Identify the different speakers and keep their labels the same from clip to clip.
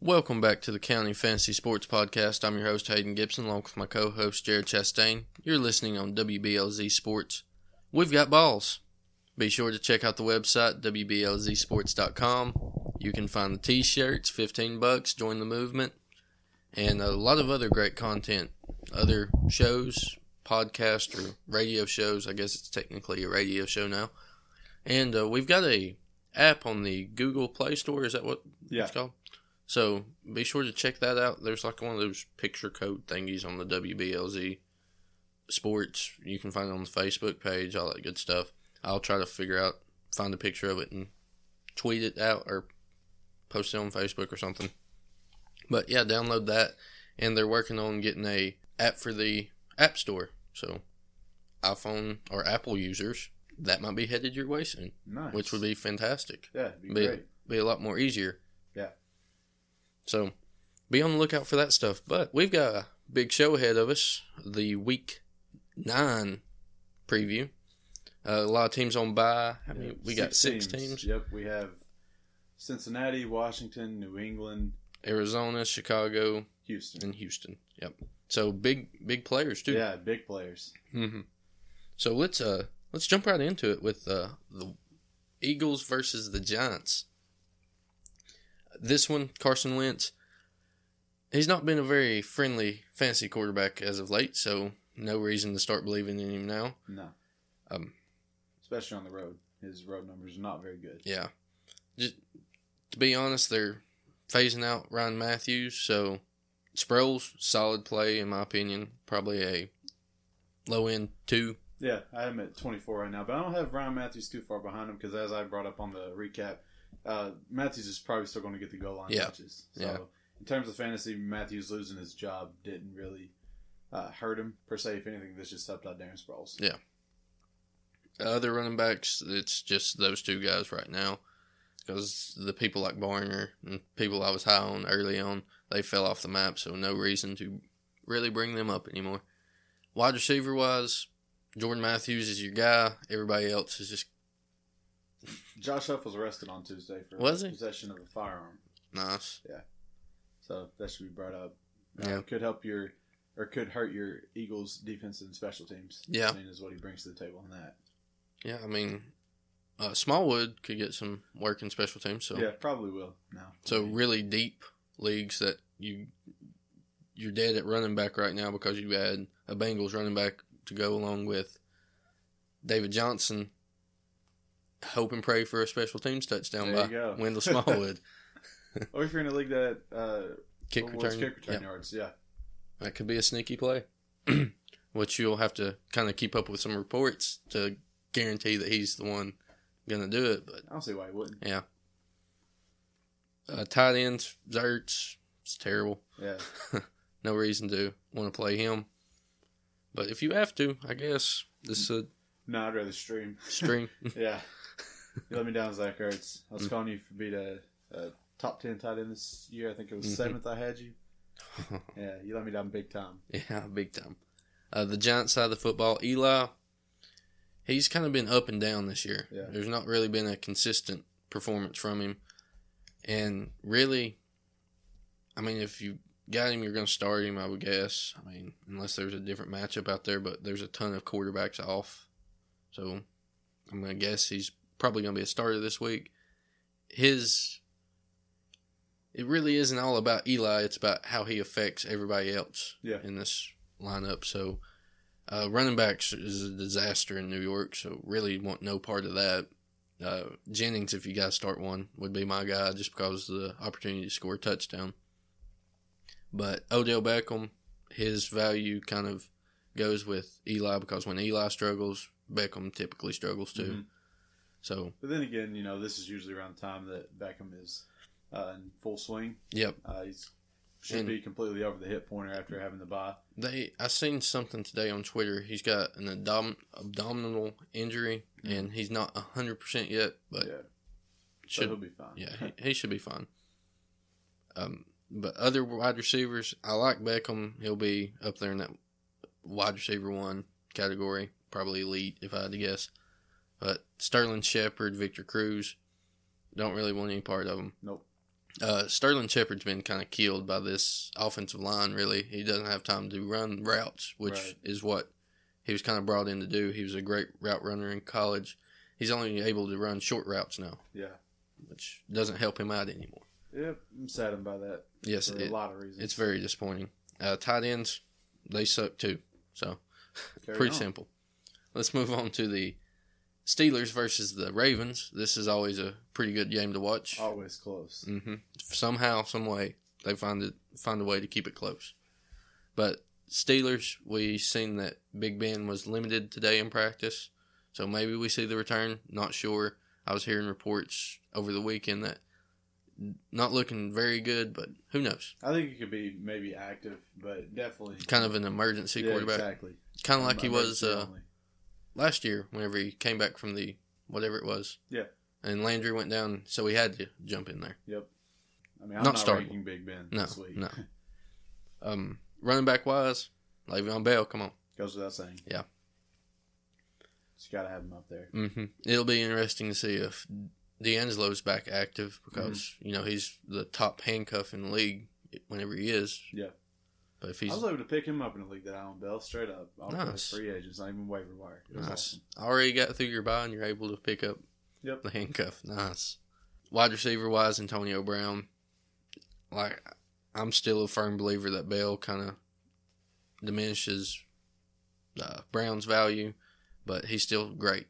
Speaker 1: Welcome back to the County Fantasy Sports Podcast. I'm your host, Hayden Gibson, along with my co host, Jared Chastain. You're listening on WBLZ Sports. We've got balls. Be sure to check out the website, WBLZSports.com. You can find the t shirts, 15 bucks, join the movement, and a lot of other great content. Other shows, podcasts, or radio shows. I guess it's technically a radio show now. And uh, we've got a app on the Google Play Store. Is that what
Speaker 2: Yeah.
Speaker 1: it's called? So be sure to check that out. There's like one of those picture code thingies on the WBLZ sports. You can find it on the Facebook page, all that good stuff. I'll try to figure out, find a picture of it and tweet it out or post it on Facebook or something. But yeah, download that. And they're working on getting a app for the App Store. So iPhone or Apple users, that might be headed your way soon,
Speaker 2: Nice.
Speaker 1: which would be fantastic
Speaker 2: yeah, it'd be
Speaker 1: be,
Speaker 2: great.
Speaker 1: be a lot more easier.
Speaker 2: Yeah.
Speaker 1: So be on the lookout for that stuff. But we've got a big show ahead of us the week nine preview. Uh, a lot of teams on by. How many?
Speaker 2: Yeah,
Speaker 1: we got six teams.
Speaker 2: Yep, we have Cincinnati, Washington, New England,
Speaker 1: Arizona, Chicago,
Speaker 2: Houston.
Speaker 1: and Houston. Yep. So big, big players too.
Speaker 2: Yeah, big players.
Speaker 1: hmm So let's uh let's jump right into it with uh, the Eagles versus the Giants. This one, Carson Wentz, he's not been a very friendly fantasy quarterback as of late, so no reason to start believing in him now.
Speaker 2: No,
Speaker 1: Um,
Speaker 2: especially on the road. His road numbers are not very good.
Speaker 1: yeah, just to be honest, they're phasing out Ryan Matthews, so Sproles solid play in my opinion, probably a low end two.
Speaker 2: Yeah, I am at 24 right now, but I don't have Ryan Matthews too far behind him because, as I brought up on the recap, uh, Matthews is probably still going to get the goal line
Speaker 1: Yeah.
Speaker 2: touches. So,
Speaker 1: Yeah.
Speaker 2: in terms of fantasy, Matthews losing his job didn't really uh, hurt him per se. If anything, this just helped out Darren Sproles.
Speaker 1: Yeah. other running backs, it's just those two guys right now. Because the people like Barner and people I was high on early on, they fell off the map, so no reason to really bring them up anymore. Wide receiver wise, Jordan Matthews is your guy. Everybody else is just
Speaker 2: Josh Huff was arrested on Tuesday for
Speaker 1: Was he?
Speaker 2: possession of a firearm,
Speaker 1: nice.
Speaker 2: so that should be brought up. Uh,
Speaker 1: Yeah.
Speaker 2: could help your or could hurt your Eagles defense and special teams.
Speaker 1: Yeah.
Speaker 2: I mean, is what he brings to the table on that.
Speaker 1: Yeah, I mean, uh, Smallwood could get some work in special teams. So,
Speaker 2: yeah, probably will now.
Speaker 1: so really deep leagues that you you're dead at running back right now because you had a Bengals running back to go along with David Johnson. Hope and pray for a special teams touchdown
Speaker 2: There you go.
Speaker 1: by Wendell Smallwood.
Speaker 2: or if you're in a league that uh,
Speaker 1: kick
Speaker 2: Well, it's
Speaker 1: return.
Speaker 2: Kick return
Speaker 1: Yeah,
Speaker 2: yards, yeah.
Speaker 1: that could be a sneaky play, which you'll have to kind of keep up with some reports to guarantee that he's the one going to do it. But
Speaker 2: I don't see why he wouldn't.
Speaker 1: yeah. Uh, tight ends, Zerts, it's terrible.
Speaker 2: Yeah.
Speaker 1: no reason to want to play him. But if you have to, I guess this is
Speaker 2: No, I'd rather stream.
Speaker 1: a string.
Speaker 2: Yeah. you let me down, Zach Ertz. I
Speaker 1: Mm.
Speaker 2: was calling you for being a, a top 10 tight end this year. I think it was
Speaker 1: Mhm.
Speaker 2: seventh I had you. Yeah, you let me down big time.
Speaker 1: yeah, big time. Uh, the Giants side of the football, Eli, he's kind of been up and down this year.
Speaker 2: Yeah.
Speaker 1: There's not really been a consistent performance from him. And really, I mean, if you got him, you're going to start him, I would guess. I mean, unless there's a different matchup out there, but there's a ton of quarterbacks off. So I'm going to guess he's probably going to be a starter this week. His. It really isn't all about Eli. It's about how he affects everybody else
Speaker 2: Yeah.
Speaker 1: in this lineup. So, uh, running backs is a disaster in New York. So, really want no part of that. Uh, Jennings, if you guys start one, would be my guy just because of the opportunity to score a touchdown. But Odell Beckham, his value kind of goes with Eli because when Eli struggles, Beckham typically struggles too.
Speaker 2: Mhm.
Speaker 1: So,
Speaker 2: But then again, you know, this is usually around the time that Beckham is uh, in full swing.
Speaker 1: yep.
Speaker 2: Uh, he's should
Speaker 1: And-
Speaker 2: be completely over the hit pointer after having the bye.
Speaker 1: They, I seen something today on Twitter. He's got an abdom- abdominal injury, and he's not hundred percent yet, but
Speaker 2: yeah. so he'll
Speaker 1: should
Speaker 2: be fine.
Speaker 1: yeah, he, he should be fine. Um, but other wide receivers, I like Beckham. He'll be up there in that wide receiver one category, probably elite if I had to guess. But Sterling Shepard, Victor Cruz, don't really want any part of them.
Speaker 2: Nope.
Speaker 1: Uh, Sterling Shepard's been kind of killed by this offensive line. Really, he doesn't have time to run routes, which
Speaker 2: Right.
Speaker 1: is what he was kind of brought in to do. He was a great route runner in college. He's only able to run short routes now,
Speaker 2: Yeah.
Speaker 1: which doesn't help him out anymore.
Speaker 2: Yep. I'm saddened by that
Speaker 1: Yes,
Speaker 2: for
Speaker 1: it-
Speaker 2: a lot of reasons.
Speaker 1: it's very disappointing. Uh, tight ends, they suck too. So
Speaker 2: Carry
Speaker 1: pretty
Speaker 2: on.
Speaker 1: simple. Let's move on to the Steelers versus the Ravens. This is always a pretty good game to watch.
Speaker 2: Always close.
Speaker 1: hmm Somehow, some way, they find it find a way to keep it close. But Steelers, we seen that Big Ben was limited today in practice, so maybe we see the return. Not sure. I was hearing reports over the weekend that not looking very good, but who knows?
Speaker 2: I think he could be maybe active, but definitely
Speaker 1: Kind of an emergency
Speaker 2: yeah,
Speaker 1: quarterback,
Speaker 2: exactly.
Speaker 1: kind of like he
Speaker 2: Um,
Speaker 1: was
Speaker 2: emergency
Speaker 1: uh,
Speaker 2: only.
Speaker 1: last year whenever he came back from the whatever it was.
Speaker 2: Yeah.
Speaker 1: And Landry went down, so he had to jump in there.
Speaker 2: Yep. I mean, I'm
Speaker 1: not
Speaker 2: not,
Speaker 1: startable.
Speaker 2: ranking Big Ben
Speaker 1: No,
Speaker 2: this week.
Speaker 1: no. Um, running back wise, Le'Veon Bell, come on.
Speaker 2: Goes without saying.
Speaker 1: Yeah.
Speaker 2: Just got to have him up there.
Speaker 1: hmm It'll be interesting to see if D'Angelo's back active because you know he's the top handcuff in the league whenever he is.
Speaker 2: Yeah.
Speaker 1: But if he's
Speaker 2: I was able to pick him up in a league that I own, Bell, straight up. Off the
Speaker 1: Nice.
Speaker 2: Free agents, not even waiver wire. It was
Speaker 1: nice,
Speaker 2: awesome.
Speaker 1: already got through your buy and you're able to pick up
Speaker 2: Yep.
Speaker 1: the handcuff. Nice. Wide receiver wise, Antonio Brown. Like I'm still a firm believer that Bell kind of diminishes uh, Brown's value, but he's still great.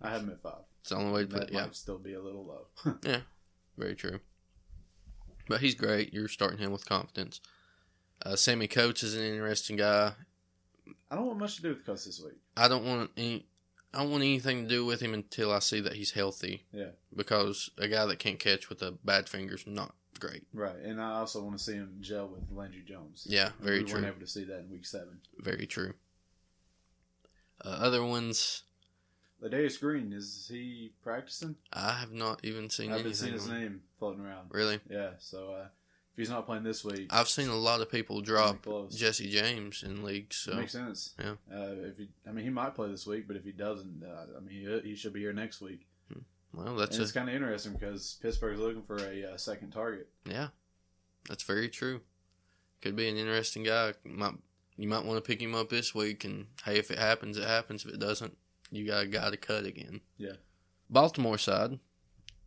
Speaker 2: I have him at five.
Speaker 1: It's the only way to put
Speaker 2: That
Speaker 1: it. Yeah.
Speaker 2: might still be a little low.
Speaker 1: Very true. But he's great. You're starting him with confidence. Uh, Sammy Coates is an interesting guy.
Speaker 2: I don't want much to do with Cuss this week.
Speaker 1: I don't want any. I don't want anything to do with him until I see that he's healthy.
Speaker 2: Yeah.
Speaker 1: Because a guy that can't catch with a bad finger's not great.
Speaker 2: Right. And I also want to see him gel with Landry Jones.
Speaker 1: Yeah, very
Speaker 2: we
Speaker 1: true.
Speaker 2: weren't able to see that in week seven.
Speaker 1: Very true. Uh, other ones,
Speaker 2: Ladarius Green, is he practicing?
Speaker 1: I have not even seen
Speaker 2: I've been
Speaker 1: anything.
Speaker 2: seeing his
Speaker 1: on.
Speaker 2: name floating around.
Speaker 1: Really,
Speaker 2: Yeah, so uh, if he's not playing this week,
Speaker 1: I've seen a lot of people drop
Speaker 2: close.
Speaker 1: Jesse James in leagues. So
Speaker 2: makes sense.
Speaker 1: Yeah.
Speaker 2: Uh, if he, I mean, he might play this week, but if he doesn't, uh, I mean, he, he should be here next week.
Speaker 1: well, that's
Speaker 2: and it's
Speaker 1: a,
Speaker 2: kind of interesting because Pittsburgh's looking for a uh, second target.
Speaker 1: yeah, that's very true. Could be an interesting guy. Might you might want to pick him up this week, and hey, if it happens, it happens. If it doesn't, you got a guy to cut again.
Speaker 2: Yeah.
Speaker 1: Baltimore side,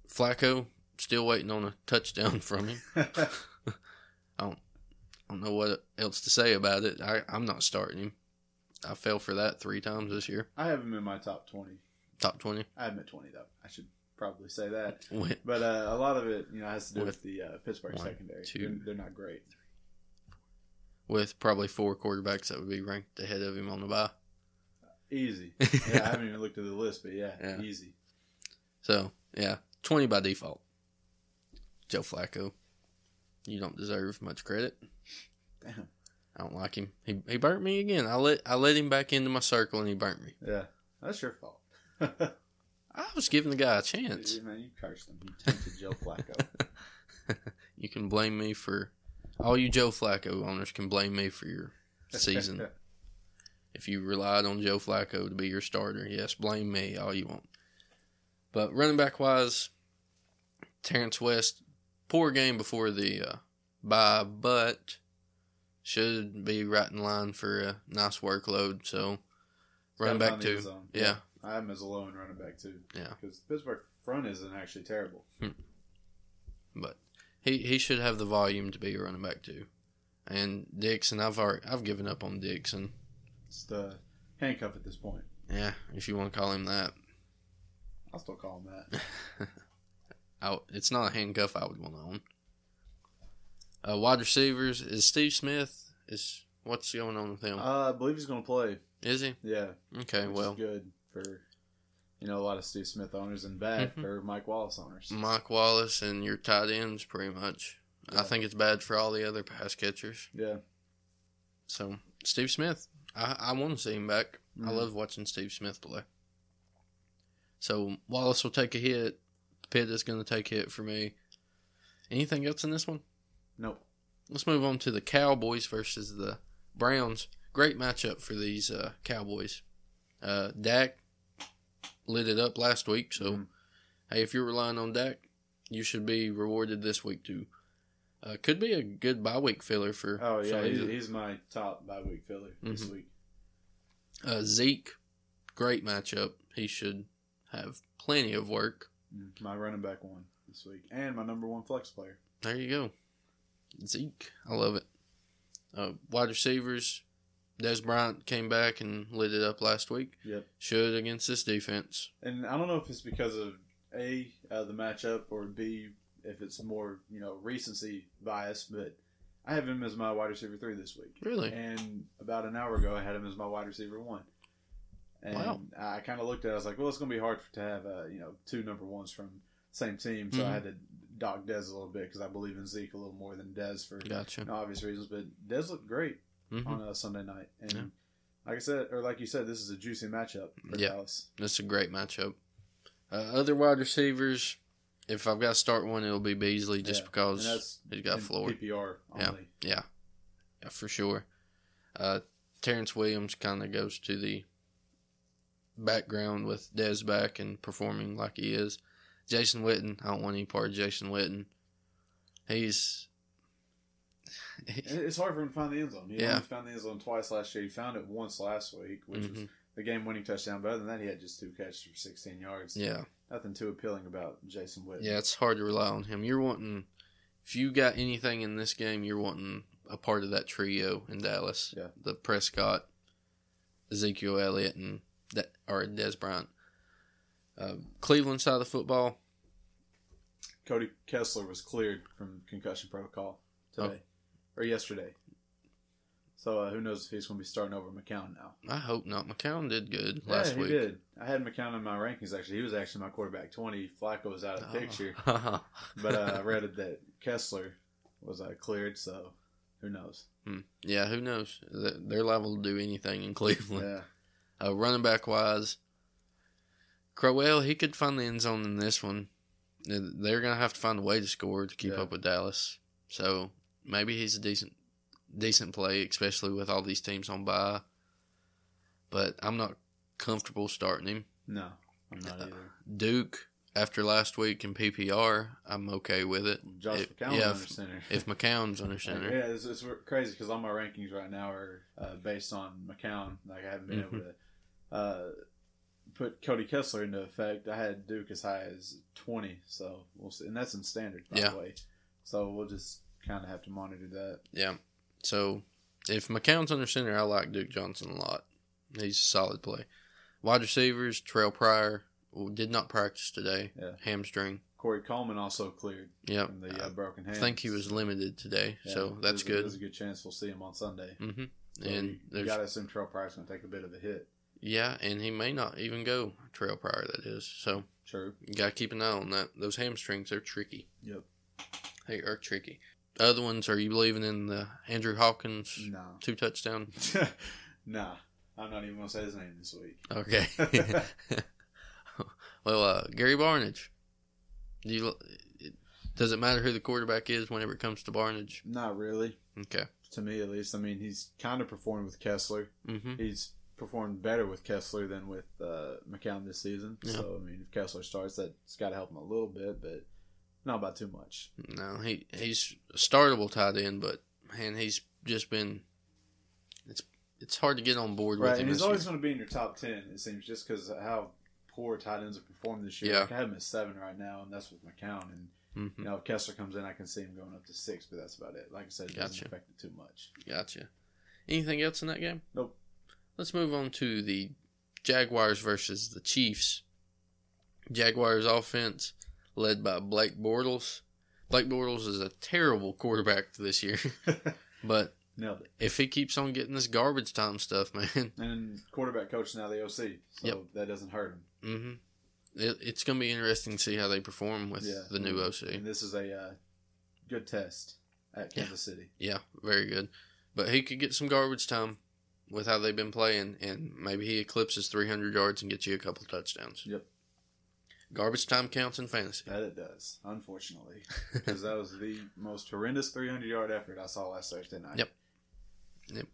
Speaker 1: Flacco still waiting on a touchdown from him. I don't know what else to say about it. I, I'm not starting him. I fell for that three times this year.
Speaker 2: I have him in my top twenty.
Speaker 1: Top 20.
Speaker 2: I have him at twenty though. I should probably say that.
Speaker 1: Went
Speaker 2: But uh, a lot of it, you know, has to do
Speaker 1: One,
Speaker 2: with the uh, Pittsburgh
Speaker 1: one,
Speaker 2: secondary.
Speaker 1: two.
Speaker 2: They're, they're not great.
Speaker 1: with probably four quarterbacks that would be ranked ahead of him on the bye.
Speaker 2: Easy. Yeah, I haven't even looked at the list, but yeah,
Speaker 1: Yeah.
Speaker 2: easy.
Speaker 1: So, yeah, 20 by default. Joe Flacco. You don't deserve much credit.
Speaker 2: Damn.
Speaker 1: I don't like him. He, he burnt me again. I let I let him back into my circle and he burnt me.
Speaker 2: Yeah, that's your fault. you,
Speaker 1: I was giving the guy a chance.
Speaker 2: know, you cursed him. You tempted Joe Flacco.
Speaker 1: You can blame me for all you Joe Flacco owners can blame me for your season. if you relied on Joe Flacco to be your starter. Yes, blame me all you want. But running back wise, Terrence West, poor game before the uh, bye, but should be right in line for a nice workload. So running
Speaker 2: Gotta
Speaker 1: back
Speaker 2: find the end
Speaker 1: two,
Speaker 2: zone.
Speaker 1: yeah,
Speaker 2: I am as a lone running back too.
Speaker 1: Yeah.
Speaker 2: because Pittsburgh front isn't actually terrible.
Speaker 1: but he he should have the volume to be a running back two. And Dixon, I've already, I've given up on Dixon.
Speaker 2: It's the handcuff at this point.
Speaker 1: Yeah, if you want to call him that,
Speaker 2: I'll still call him that.
Speaker 1: I, it's not a handcuff I would want to own. Uh, wide receivers is Steve Smith. Is what's going on with him?
Speaker 2: Uh, I believe he's going to play.
Speaker 1: is he
Speaker 2: Yeah,
Speaker 1: okay?
Speaker 2: which
Speaker 1: Well,
Speaker 2: is good for you know a lot of Steve Smith owners and bad
Speaker 1: Mhm.
Speaker 2: for Mike Wallace owners.
Speaker 1: Mike Wallace and your tight ends, pretty much. I
Speaker 2: Yeah.
Speaker 1: think it's bad for all the other pass catchers.
Speaker 2: Yeah,
Speaker 1: So Steve Smith, I, I want to see him back. I
Speaker 2: Mhm.
Speaker 1: love watching Steve Smith play. So Wallace will take a hit. Pitt is going to take a hit for me. Anything else in this one?
Speaker 2: nope.
Speaker 1: Let's move on to the Cowboys versus the Browns. Great matchup for these uh, Cowboys. Uh, Dak lit it up last week, so
Speaker 2: Mhm.
Speaker 1: hey, if you're relying on Dak, you should be rewarded this week too. Uh, could be a good bye week filler for.
Speaker 2: Oh yeah,
Speaker 1: some of
Speaker 2: he's,
Speaker 1: these-
Speaker 2: he's my top bye week filler this
Speaker 1: Mhm.
Speaker 2: week.
Speaker 1: Uh, Zeke, great matchup. He should have plenty of work.
Speaker 2: Mm, My running back one this week, and my number one flex player.
Speaker 1: There you go. Zeke. I love it. Uh, wide receivers. Des Bryant came back and lit it up last week.
Speaker 2: Yep.
Speaker 1: Should against this defense.
Speaker 2: And I don't know if it's because of a uh, the matchup or b if it's more you know recency bias, but I have him as my wide receiver three this week.
Speaker 1: Really?
Speaker 2: And about an hour ago, I had him as my wide receiver one. And
Speaker 1: Wow.
Speaker 2: I kind of looked at it, I was like, well, it's going to be hard to have, uh, you know, two number ones from same team. So
Speaker 1: Mhm.
Speaker 2: I had to dock Dez a little bit because I believe in Zeke a little more than Dez for
Speaker 1: Gotcha.
Speaker 2: no, obvious reasons. But Dez looked great
Speaker 1: hmm
Speaker 2: on a Sunday night. And
Speaker 1: Yeah.
Speaker 2: like I said, or like you said, this is a juicy matchup for
Speaker 1: Yeah.
Speaker 2: Dallas.
Speaker 1: That's a great matchup. Uh, other wide receivers. If I've got to start one, it'll be Beasley just
Speaker 2: Yeah, And
Speaker 1: because
Speaker 2: that's
Speaker 1: he's got
Speaker 2: in
Speaker 1: floor.
Speaker 2: PPR only.
Speaker 1: Yeah. Yeah, yeah, for sure. Uh, Terrence Williams kind of goes to the background with Dez back and performing like he is. Jason Witten, I don't want any part of Jason Witten. He's
Speaker 2: And It's hard for him to find the end zone. He
Speaker 1: Yeah.
Speaker 2: only found the end zone twice last year. He found it once last week, which was
Speaker 1: Mhm.
Speaker 2: the game winning touchdown. But other than that, he had just two catches for 16 yards.
Speaker 1: yeah,
Speaker 2: Nothing too appealing about Jason Witten.
Speaker 1: yeah. It's hard to rely on him. You're wanting if you got anything in this game, you're wanting a part of that trio in Dallas.
Speaker 2: Yeah.
Speaker 1: the Prescott, Ezekiel Elliott, and that or Des Bryant. Uh, Cleveland side of the football,
Speaker 2: Cody Kessler was cleared from concussion protocol today
Speaker 1: Oh.
Speaker 2: or yesterday. So uh, who knows if he's going to be starting over McCown now?
Speaker 1: I hope not. McCown did good last
Speaker 2: yeah, he
Speaker 1: week.
Speaker 2: did. I had McCown in my rankings actually. He was actually my quarterback twenty. Flacco was out of the picture,
Speaker 1: Oh.
Speaker 2: but uh, I read that Kessler was uh, cleared. So who knows?
Speaker 1: Hmm. yeah, who knows? They- They're liable to do anything in Cleveland.
Speaker 2: Yeah,
Speaker 1: Uh, running back wise, Crowell he could find the end zone in this one. They're gonna have to find a way to score to keep
Speaker 2: Yeah.
Speaker 1: up with Dallas. So maybe he's a decent decent play, especially with all these teams on bye. But I'm not comfortable starting him.
Speaker 2: no, I'm not
Speaker 1: Uh,
Speaker 2: either.
Speaker 1: Duke after last week in PPR, I'm okay with it.
Speaker 2: Josh
Speaker 1: If-
Speaker 2: McCown
Speaker 1: yeah,
Speaker 2: under
Speaker 1: if-
Speaker 2: center.
Speaker 1: If McCown's under
Speaker 2: Like,
Speaker 1: center,
Speaker 2: yeah, it's, it's wor- crazy because all my rankings right now are uh, based on McCown. Like I haven't been able
Speaker 1: Mm-hmm.
Speaker 2: to uh, put Cody Kessler into effect. I had Duke as high as twenty, so we'll see. And that's in standard, by
Speaker 1: Yeah.
Speaker 2: the way. So we'll just kind of have to monitor that.
Speaker 1: Yeah. So if McCown's under center, I like Duke Johnson a lot. He's a solid play. Wide receivers, Terrell Pryor well, did not practice today.
Speaker 2: Yeah.
Speaker 1: Hamstring.
Speaker 2: Corey Coleman also cleared
Speaker 1: Yep.
Speaker 2: from the uh, broken
Speaker 1: I
Speaker 2: hand.
Speaker 1: think he was limited today,
Speaker 2: Yeah,
Speaker 1: so that's
Speaker 2: there's A,
Speaker 1: good.
Speaker 2: there's a good chance we'll see him on Sunday.
Speaker 1: hmm
Speaker 2: So
Speaker 1: and
Speaker 2: you
Speaker 1: there's
Speaker 2: got to assume Terrell Price going to take a bit of a hit.
Speaker 1: yeah, and he may not even go Terrell Pryor. That is so.
Speaker 2: True.
Speaker 1: You gotta keep an eye on that. Those hamstrings, they're tricky.
Speaker 2: Yep.
Speaker 1: They are tricky. Other ones, are you believing in the Andrew Hawkins
Speaker 2: No.
Speaker 1: two touchdown?
Speaker 2: nah. I'm not even going to say his name this week.
Speaker 1: Okay. well, uh, Gary Barnage. Do you, it- does it matter who the quarterback is whenever it comes to Barnage?
Speaker 2: Not really.
Speaker 1: Okay.
Speaker 2: to me at least. I mean, he's kind of performed with Kessler.
Speaker 1: Mm-hmm.
Speaker 2: He's performed better with Kessler than with uh, McCown this season.
Speaker 1: Yeah.
Speaker 2: So I mean, if Kessler starts, that's got to help him a little bit, but not about too much.
Speaker 1: No, he he's a startable tight end, but man, he's just been. It's it's hard to get on board
Speaker 2: Right,
Speaker 1: with him.
Speaker 2: and he's
Speaker 1: this
Speaker 2: always
Speaker 1: year.
Speaker 2: going to be in your top ten. It seems just because how poor tight ends have performed this year.
Speaker 1: Yeah.
Speaker 2: Like, I have him at seven right now, and that's with McCown. And
Speaker 1: Mhm.
Speaker 2: you know, if Kessler comes in, I can see him going up to six, but that's about it. Like I said, it doesn't
Speaker 1: Gotcha.
Speaker 2: affect it too much.
Speaker 1: Gotcha. Anything else in that game?
Speaker 2: Nope.
Speaker 1: Let's move on to the Jaguars versus the Chiefs. Jaguars offense led by Blake Bortles. Blake Bortles is a terrible quarterback this year, but
Speaker 2: Nailed it.
Speaker 1: if he keeps on getting this garbage time stuff, man,
Speaker 2: And quarterback coach now the OC, so
Speaker 1: Yep.
Speaker 2: that doesn't hurt him.
Speaker 1: hmm it, it's going to be interesting to see how they perform with
Speaker 2: Yeah.
Speaker 1: the new
Speaker 2: And
Speaker 1: OC.
Speaker 2: this is a uh, good test at
Speaker 1: Yeah.
Speaker 2: Kansas City.
Speaker 1: Yeah, very good. But he could get some garbage time with how they've been playing, and maybe he eclipses 300 yards and gets you a couple touchdowns.
Speaker 2: Yep.
Speaker 1: Garbage time counts in fantasy.
Speaker 2: That it does, unfortunately, because that was the most horrendous 300 yard effort I saw last Thursday night.
Speaker 1: Oh, Yep.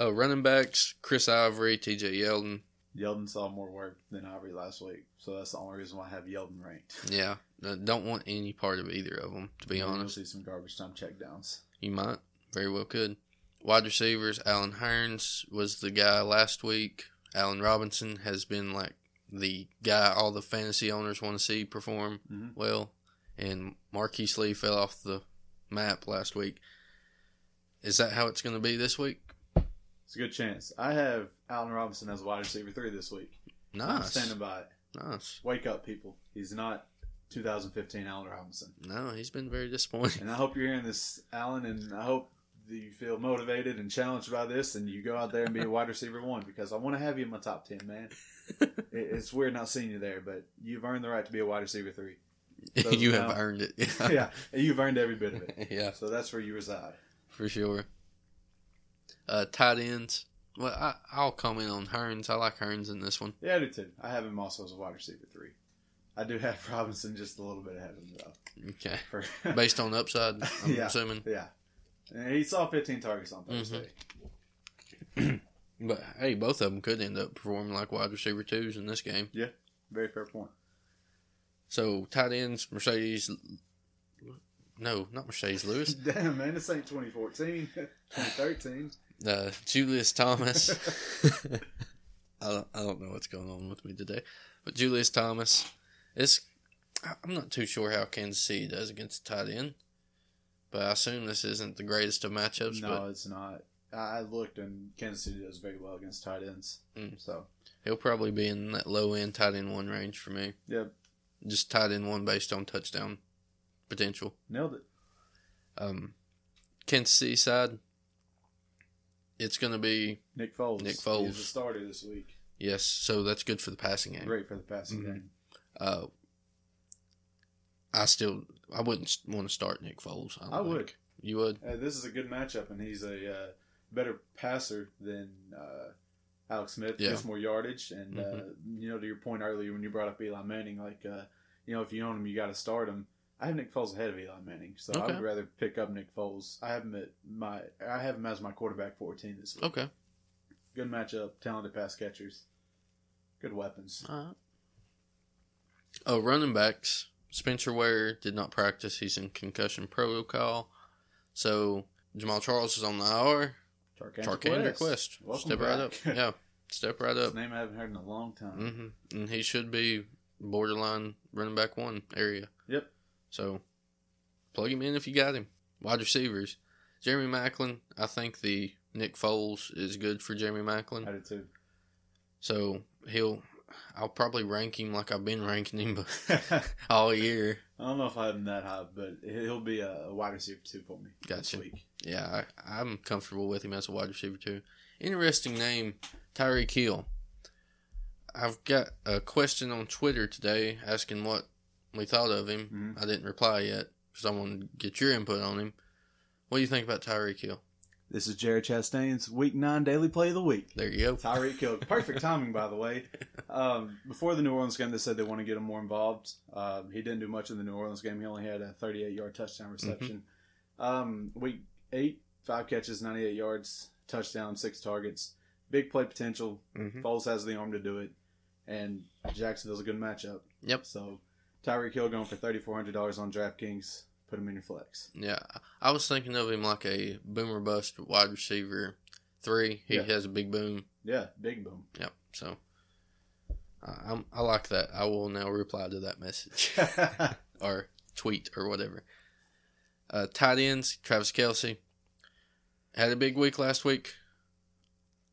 Speaker 1: Uh, running backs, Chris Ivory, TJ Yeldon.
Speaker 2: Yeldon saw more work than Ivory last week, so that's the only reason why I have Yeldon ranked.
Speaker 1: Yeah, I don't want any part of either of them. To be
Speaker 2: You'll
Speaker 1: honest,
Speaker 2: see some garbage time checkdowns.
Speaker 1: you might very well could. Wide receivers, Alan Hearns was the guy last week. Allen Robinson has been like the guy all the fantasy owners want to see perform
Speaker 2: Mhm.
Speaker 1: well. And Marquise Lee fell off the map last week. Is that how it's going to be this week?
Speaker 2: It's a good chance. I have Allen Robinson as wide receiver three this week. I'm
Speaker 1: Nice,
Speaker 2: standing by it.
Speaker 1: nice.
Speaker 2: Wake up, people. He's not 2015 Allen Robinson.
Speaker 1: No, he's been very disappointing.
Speaker 2: And I hope you're hearing this, Allen, and I hope that you feel motivated and challenged by this and you go out there and be a wide receiver one because I want to have you in my top 10, man. It- It's weird not seeing you there, but you've earned the right to be a wide receiver three. So
Speaker 1: you
Speaker 2: now-
Speaker 1: have earned it.
Speaker 2: yeah, and you've earned every bit of it.
Speaker 1: yeah.
Speaker 2: So that's where you reside.
Speaker 1: for sure. Uh, tight ends. Well, I, I'll comment on Hearns. I like Hearns in this one.
Speaker 2: Yeah, I do too. I have him also as a wide receiver three. I do have Robinson just a little bit ahead of him, though.
Speaker 1: Okay,
Speaker 2: For,
Speaker 1: based on upside, I'm
Speaker 2: Yeah.
Speaker 1: assuming.
Speaker 2: Yeah. And he saw 15 targets on Thursday.
Speaker 1: But hey, both of them could end up performing like wide receiver twos in this game.
Speaker 2: Very fair point.
Speaker 1: So tight ends, Mercedes. No, not Mercedes Lewis.
Speaker 2: Damn, man, this ain't 2014, 2013.
Speaker 1: Uh, Julius Thomas. I, don't, I don't know what's going on with me today, but Julius Thomas. It's I- I'm not too sure how Kansas City does against the tight end, but I assume this isn't the greatest of matchups. but
Speaker 2: no, it's not. I I looked, and Kansas City does very well against tight ends.
Speaker 1: Mm.
Speaker 2: So,
Speaker 1: He'll probably be in that low end tight end one range for me.
Speaker 2: yeah,
Speaker 1: Just tight end one based on touchdown potential.
Speaker 2: nailed it.
Speaker 1: Um, Kansas City side, it's going to be
Speaker 2: Nick Foles.
Speaker 1: Nick Foles.
Speaker 2: He's the starter this week.
Speaker 1: yes. So that's good for the passing game.
Speaker 2: Great for the passing
Speaker 1: Mhm.
Speaker 2: game.
Speaker 1: Uh, I still I wouldn't s- want to start Nick Foles. don't
Speaker 2: I
Speaker 1: think.
Speaker 2: would.
Speaker 1: You would.
Speaker 2: Uh, this is a good matchup, and he's a uh, better passer than uh, Alex Smith.
Speaker 1: Yeah. Mm-hmm.
Speaker 2: Gets more yardage, and uh, you know, to your point earlier when you brought up Eli Manning, like uh, you know, if you own him, you got to start him. I have Nick Foles ahead of Eli Manning, so I
Speaker 1: Okay.
Speaker 2: would rather pick up Nick Foles. I have him at my, I have him as my quarterback fourteen this week.
Speaker 1: Okay.
Speaker 2: Good matchup, talented pass catchers, good weapons.
Speaker 1: All right. Oh, running backs. Spencer Ware did not practice. He's in concussion protocol. So Jamal Charles is on the IR. Charkander Quest.
Speaker 2: Welcome
Speaker 1: step right up.
Speaker 2: back.
Speaker 1: Yeah. Step right
Speaker 2: His
Speaker 1: up.
Speaker 2: name I haven't heard in a long time.
Speaker 1: hmm And he should be borderline running back one area.
Speaker 2: Yep.
Speaker 1: So plug him in if you got him. Wide receivers. Jeremy Macklin. I think the Nick Foles is good for Jeremy
Speaker 2: I
Speaker 1: Macklin.
Speaker 2: did too.
Speaker 1: So he'll. I'll probably rank him like I've been ranking him all year.
Speaker 2: I don't know if I have him that high, but he'll be a wide receiver two for me
Speaker 1: Gotcha.
Speaker 2: this week.
Speaker 1: Yeah, I, I'm comfortable with him as a wide receiver too. Interesting name, Tyreek Hill. I've got a question on Twitter today asking what we thought of him.
Speaker 2: Mhm.
Speaker 1: I didn't reply yet because I want to get your input on him. What do you think about Tyreek Hill?
Speaker 2: This is Jared Chastain's Week Nine Daily Play of the Week.
Speaker 1: There you go.
Speaker 2: Tyreek Hill, perfect timing, by the way. Um, before the New Orleans game, they said they want to get him more involved. Um, he didn't do much in the New Orleans game. He only had a 38-yard touchdown reception. Um, week eight, five catches, 98 yards, touchdown, six targets. Big play potential.
Speaker 1: Mhm.
Speaker 2: Foles has the arm to do it, and Jacksonville's a good matchup.
Speaker 1: Yep.
Speaker 2: So Tyreek Hill going for $3,400 on DraftKings. Put him in your flex.
Speaker 1: Yeah, I was thinking of him like a boomer bust wide receiver three. He
Speaker 2: Yeah.
Speaker 1: has a big boom.
Speaker 2: Yeah, big boom.
Speaker 1: Yep. So I- I'm, I like that. I will now reply to that message. or tweet or whatever. Uh, tight ends, Travis Kelsey had a big week last week.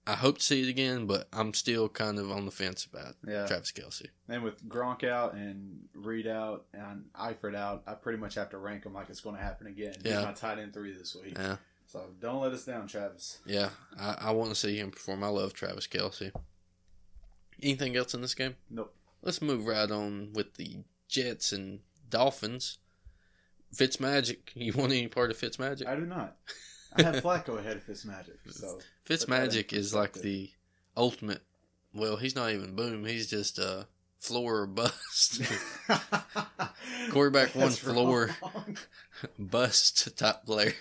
Speaker 1: I hope to see it again, but I'm still kind of on the fence about
Speaker 2: yeah.
Speaker 1: Travis Kelsey.
Speaker 2: And with Gronk out and Reed out and Eifert out, I pretty much have to rank them like it's going to happen again. He's
Speaker 1: Yeah.
Speaker 2: my tight end three this week.
Speaker 1: Yeah,
Speaker 2: So don't let us down, Travis.
Speaker 1: yeah, I, I want to see him perform. I love Travis Kelsey. Anything else in this game?
Speaker 2: Nope.
Speaker 1: Let's move right on with the Jets and Dolphins. Fitzmagic, you want any part of Fitzmagic?
Speaker 2: I do not. I have Flacco ahead of this magic. So
Speaker 1: Fitzmagic is like
Speaker 2: Exactly.
Speaker 1: the ultimate. Well, he's not even boom. He's just a floor or bust, Quarterback one
Speaker 2: That's
Speaker 1: floor.
Speaker 2: wrong.
Speaker 1: bust type player.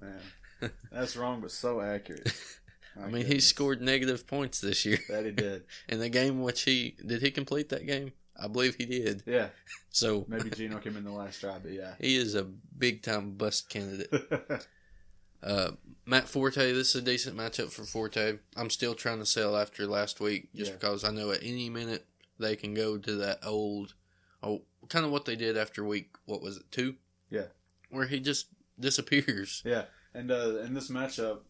Speaker 2: Man, that's wrong, but so accurate.
Speaker 1: I mean, he scored negative points this year
Speaker 2: That he did.
Speaker 1: in the game which he did he complete that game? I believe he did.
Speaker 2: Yeah,
Speaker 1: So
Speaker 2: maybe Gino came in the last try, but yeah.
Speaker 1: he is a big time bust candidate. Uh, Matt Forte, this is a decent matchup for Forte. I'm still trying to sell after last week just
Speaker 2: Yeah.
Speaker 1: because I know at any minute they can go to that old, oh, kind of what they did after week, what was it, two?
Speaker 2: Yeah.
Speaker 1: Where he just disappears.
Speaker 2: yeah, and uh, in this matchup,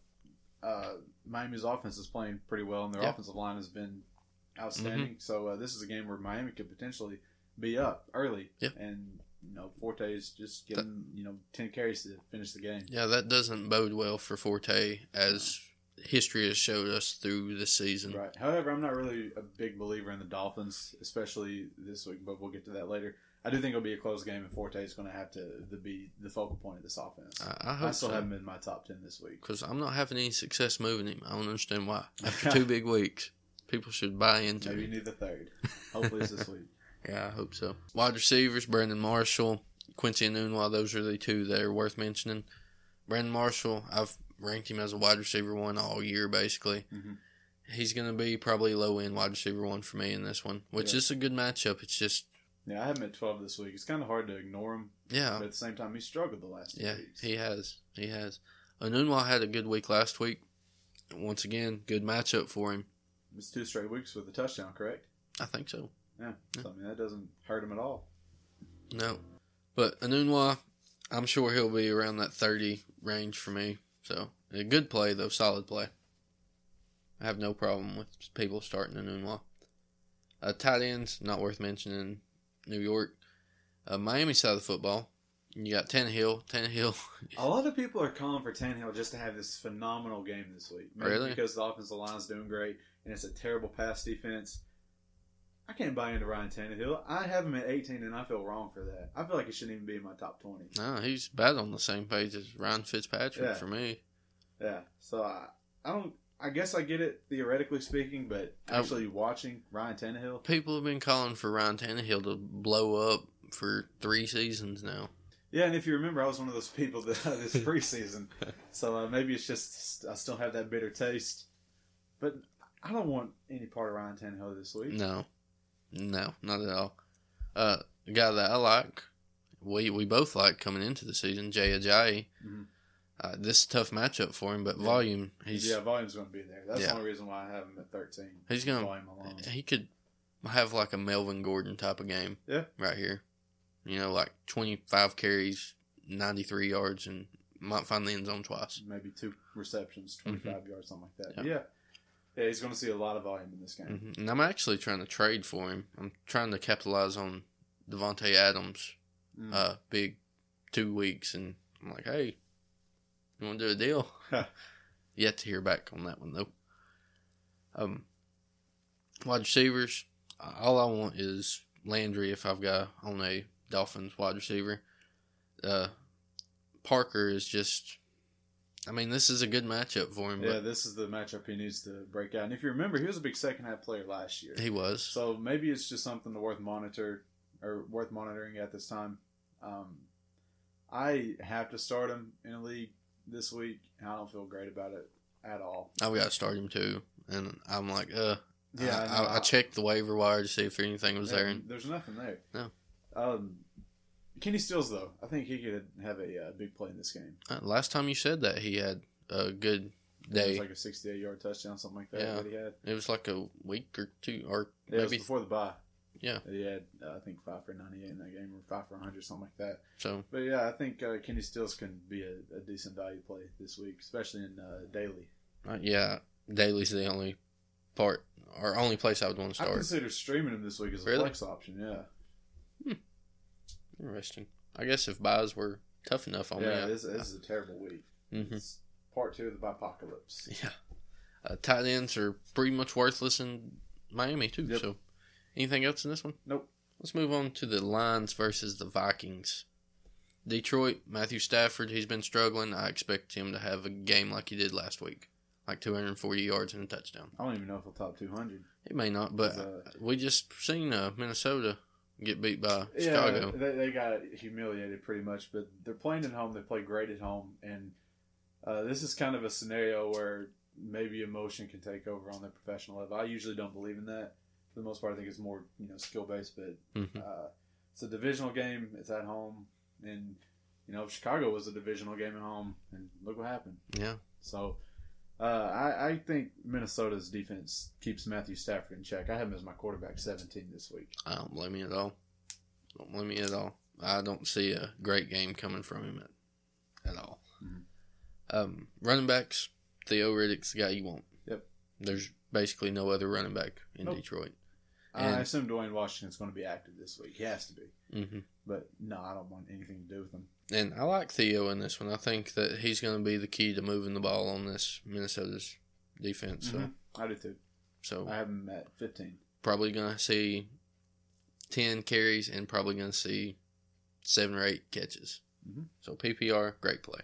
Speaker 2: uh, Miami's offense is playing pretty well, and their
Speaker 1: Yeah. Mm-hmm.
Speaker 2: offensive line has been outstanding. So uh, this is a game where Miami could potentially be up early,
Speaker 1: Yeah.
Speaker 2: and you know Forte's just getting you know ten carries to finish the game.
Speaker 1: Yeah, that doesn't bode well for Forte as history has showed us through this season.
Speaker 2: Right. However, I'm not really a big believer in the Dolphins, especially this week, but we'll get to that later. I do think it'll be a close game, and Forte is going to have to the, be the focal point of this offense.
Speaker 1: I, I
Speaker 2: I,
Speaker 1: hope
Speaker 2: still
Speaker 1: so.
Speaker 2: haven't been in my top 10 this week.
Speaker 1: Because I'm not having any success moving him. I don't understand why. After two big weeks, people should buy into
Speaker 2: Maybe
Speaker 1: him.
Speaker 2: you need the third. Hopefully, it's this week.
Speaker 1: Yeah, I hope so. Wide receivers, Brandon Marshall, Quincy Anunwa, those are the two that are worth mentioning. Brandon Marshall, I've ranked him as a wide receiver one all year, basically.
Speaker 2: Mhm.
Speaker 1: He's going to be probably low end wide receiver one for me in this one, which
Speaker 2: Yeah.
Speaker 1: is a good matchup. It's just,
Speaker 2: Yeah, I have him at 12 this week. It's kind of hard to ignore him,
Speaker 1: yeah,
Speaker 2: but at the same time, he struggled the last two
Speaker 1: Oh. yeah,
Speaker 2: weeks.
Speaker 1: he has. He has. Anunwa had a good week last week. Once again, good matchup for him.
Speaker 2: It's two straight weeks with a touchdown, correct?
Speaker 1: I think so.
Speaker 2: Yeah.
Speaker 1: Yeah.
Speaker 2: So, I mean, that doesn't hurt him at all.
Speaker 1: No. But Anunwa, I'm sure he'll be around that 30 range for me. So, a good play, though, solid play. I have no problem with people starting Anunwa. Uh, tight ends, not worth mentioning. New York. Uh, Miami side of the football, you got Tannehill. Tannehill,
Speaker 2: A lot of people are calling for Tannehill just to have this phenomenal game this week. Maybe
Speaker 1: Really?
Speaker 2: Because the offensive line's doing great and it's a terrible pass defense. I can't buy into Ryan Tannehill. I have him at 18 and I feel wrong for that. I feel like he shouldn't even be in my top 20.
Speaker 1: no, he's about on the same page as Ryan Fitzpatrick
Speaker 2: Yeah.
Speaker 1: for me.
Speaker 2: Yeah. So I, I don't. I guess I get it theoretically speaking, but
Speaker 1: I-
Speaker 2: actually watching Ryan Tannehill,
Speaker 1: People have been calling for Ryan Tannehill to blow up for three seasons now.
Speaker 2: yeah. And if you remember, I was one of those people that this preseason, so uh, maybe it's just I still have that bitter taste. But I don't want any part of Ryan Tannehill this week.
Speaker 1: No, no, not at all. Uh, the guy that I like, we we both like coming into the season, Jay Ajayi.
Speaker 2: Mhm.
Speaker 1: Uh, this is a tough matchup for him, but
Speaker 2: Yeah.
Speaker 1: volume, he's
Speaker 2: yeah, volume's going to be there. That's
Speaker 1: Yeah.
Speaker 2: the only reason why I have him at thirteen.
Speaker 1: He's gonna-
Speaker 2: volume alone.
Speaker 1: he could have like a Melvin Gordon type of game.
Speaker 2: Yeah.
Speaker 1: right here, you know, like twenty five carries, ninety three yards, and might find the end zone twice.
Speaker 2: Maybe two receptions,
Speaker 1: Mm-hmm.
Speaker 2: twenty-five yards, something like that. Yeah. yeah, he's going to see a lot of volume in this game.
Speaker 1: hmm And I'm actually trying to trade for him. I'm trying to capitalize on Devonte Adams
Speaker 2: Mm.
Speaker 1: uh, big two weeks, and I'm like, hey, you want to do a deal? Yet to hear back on that one though. Um, wide receivers. All I want is Landry if I've got on a Dolphins wide receiver. Uh, Parker is just. I mean, this is a good matchup for him.
Speaker 2: yeah, this is the matchup he needs to break out. And if you remember, he was a big second half player last year.
Speaker 1: but he was.
Speaker 2: So maybe it's just something to worth monitor or worth monitoring at this time. Um, I have to start him in a league this week, and I don't feel great about it at all.
Speaker 1: I've got to start him too, and I'm like, uh,
Speaker 2: Yeah,
Speaker 1: I,
Speaker 2: I know.
Speaker 1: I, I checked the waiver wire to see if anything was
Speaker 2: Yeah,
Speaker 1: there, and
Speaker 2: There's nothing there.
Speaker 1: No.
Speaker 2: Um, Kenny Stills, though, I think he could have a uh, big play in this game.
Speaker 1: Uh, last time you said that he had a good
Speaker 2: It
Speaker 1: day.
Speaker 2: was like a 68 yard touchdown, something like that.
Speaker 1: Yeah.
Speaker 2: that he had.
Speaker 1: a week or two, or
Speaker 2: Yeah, it was
Speaker 1: maybe
Speaker 2: before the bye.
Speaker 1: Yeah.
Speaker 2: He had, uh, I think, five for 98 in that game, or five for 100, something like that.
Speaker 1: so.
Speaker 2: But yeah, I think uh, Kenny Stills can be a, a decent value play this week, especially in uh, daily.
Speaker 1: Uh, yeah, Daly's the only part or only place I would want to
Speaker 2: I
Speaker 1: start.
Speaker 2: consider streaming him this week as a
Speaker 1: Really?
Speaker 2: flex option. Yeah,
Speaker 1: Interesting. I guess if buys were tough enough on
Speaker 2: yeah.
Speaker 1: me,
Speaker 2: This, this is a terrible week.
Speaker 1: I, Mhm.
Speaker 2: It's part two of the apocalypse.
Speaker 1: yeah. Uh, tight ends are pretty much worthless in Miami too.
Speaker 2: Yep.
Speaker 1: So, anything else in this one?
Speaker 2: Nope.
Speaker 1: Let's move on to the Lions versus the Vikings. Detroit, Matthew Stafford, he's been struggling. I expect him to have a game like he did last week, like 240 yards and a touchdown.
Speaker 2: I don't even know if he'll top 200.
Speaker 1: It may not, but
Speaker 2: Uh,
Speaker 1: we just seen uh, Minnesota get beat by
Speaker 2: Yeah,
Speaker 1: Chicago.
Speaker 2: they, they got humiliated pretty much, but they're playing at home. They play great at home, and uh, this is kind of a scenario where maybe emotion can take over on the professional level. I usually don't believe in that. For the most part, I think it's more you know skill based. But
Speaker 1: Mhm.
Speaker 2: uh, it's a divisional game. It's at home, and you know Chicago was a divisional game at home, and look what happened.
Speaker 1: Yeah.
Speaker 2: So uh, I, I think Minnesota's defense keeps Matthew Stafford in check. I have him as my quarterback 17 this week.
Speaker 1: I don't blame you at all. Don't blame you at all. I don't see a great game coming from him at, at all.
Speaker 2: Mhm.
Speaker 1: Um, running backs, Theo Riddick's the guy you want.
Speaker 2: Yep.
Speaker 1: There's basically no other running back in
Speaker 2: Nope.
Speaker 1: Detroit.
Speaker 2: I
Speaker 1: And-
Speaker 2: assume Dwayne Washington's going to be active this week. He has to be.
Speaker 1: hmm
Speaker 2: But no, I don't want anything to do with him.
Speaker 1: And I like Theo in this one. I think that he's going to be the key to moving the ball on this Minnesota's defense. So,
Speaker 2: Mhm. I do too.
Speaker 1: so
Speaker 2: I have him at 15.
Speaker 1: probably going to see 10 carries and probably going to see seven or eight catches.
Speaker 2: Mhm.
Speaker 1: So PPR, great play.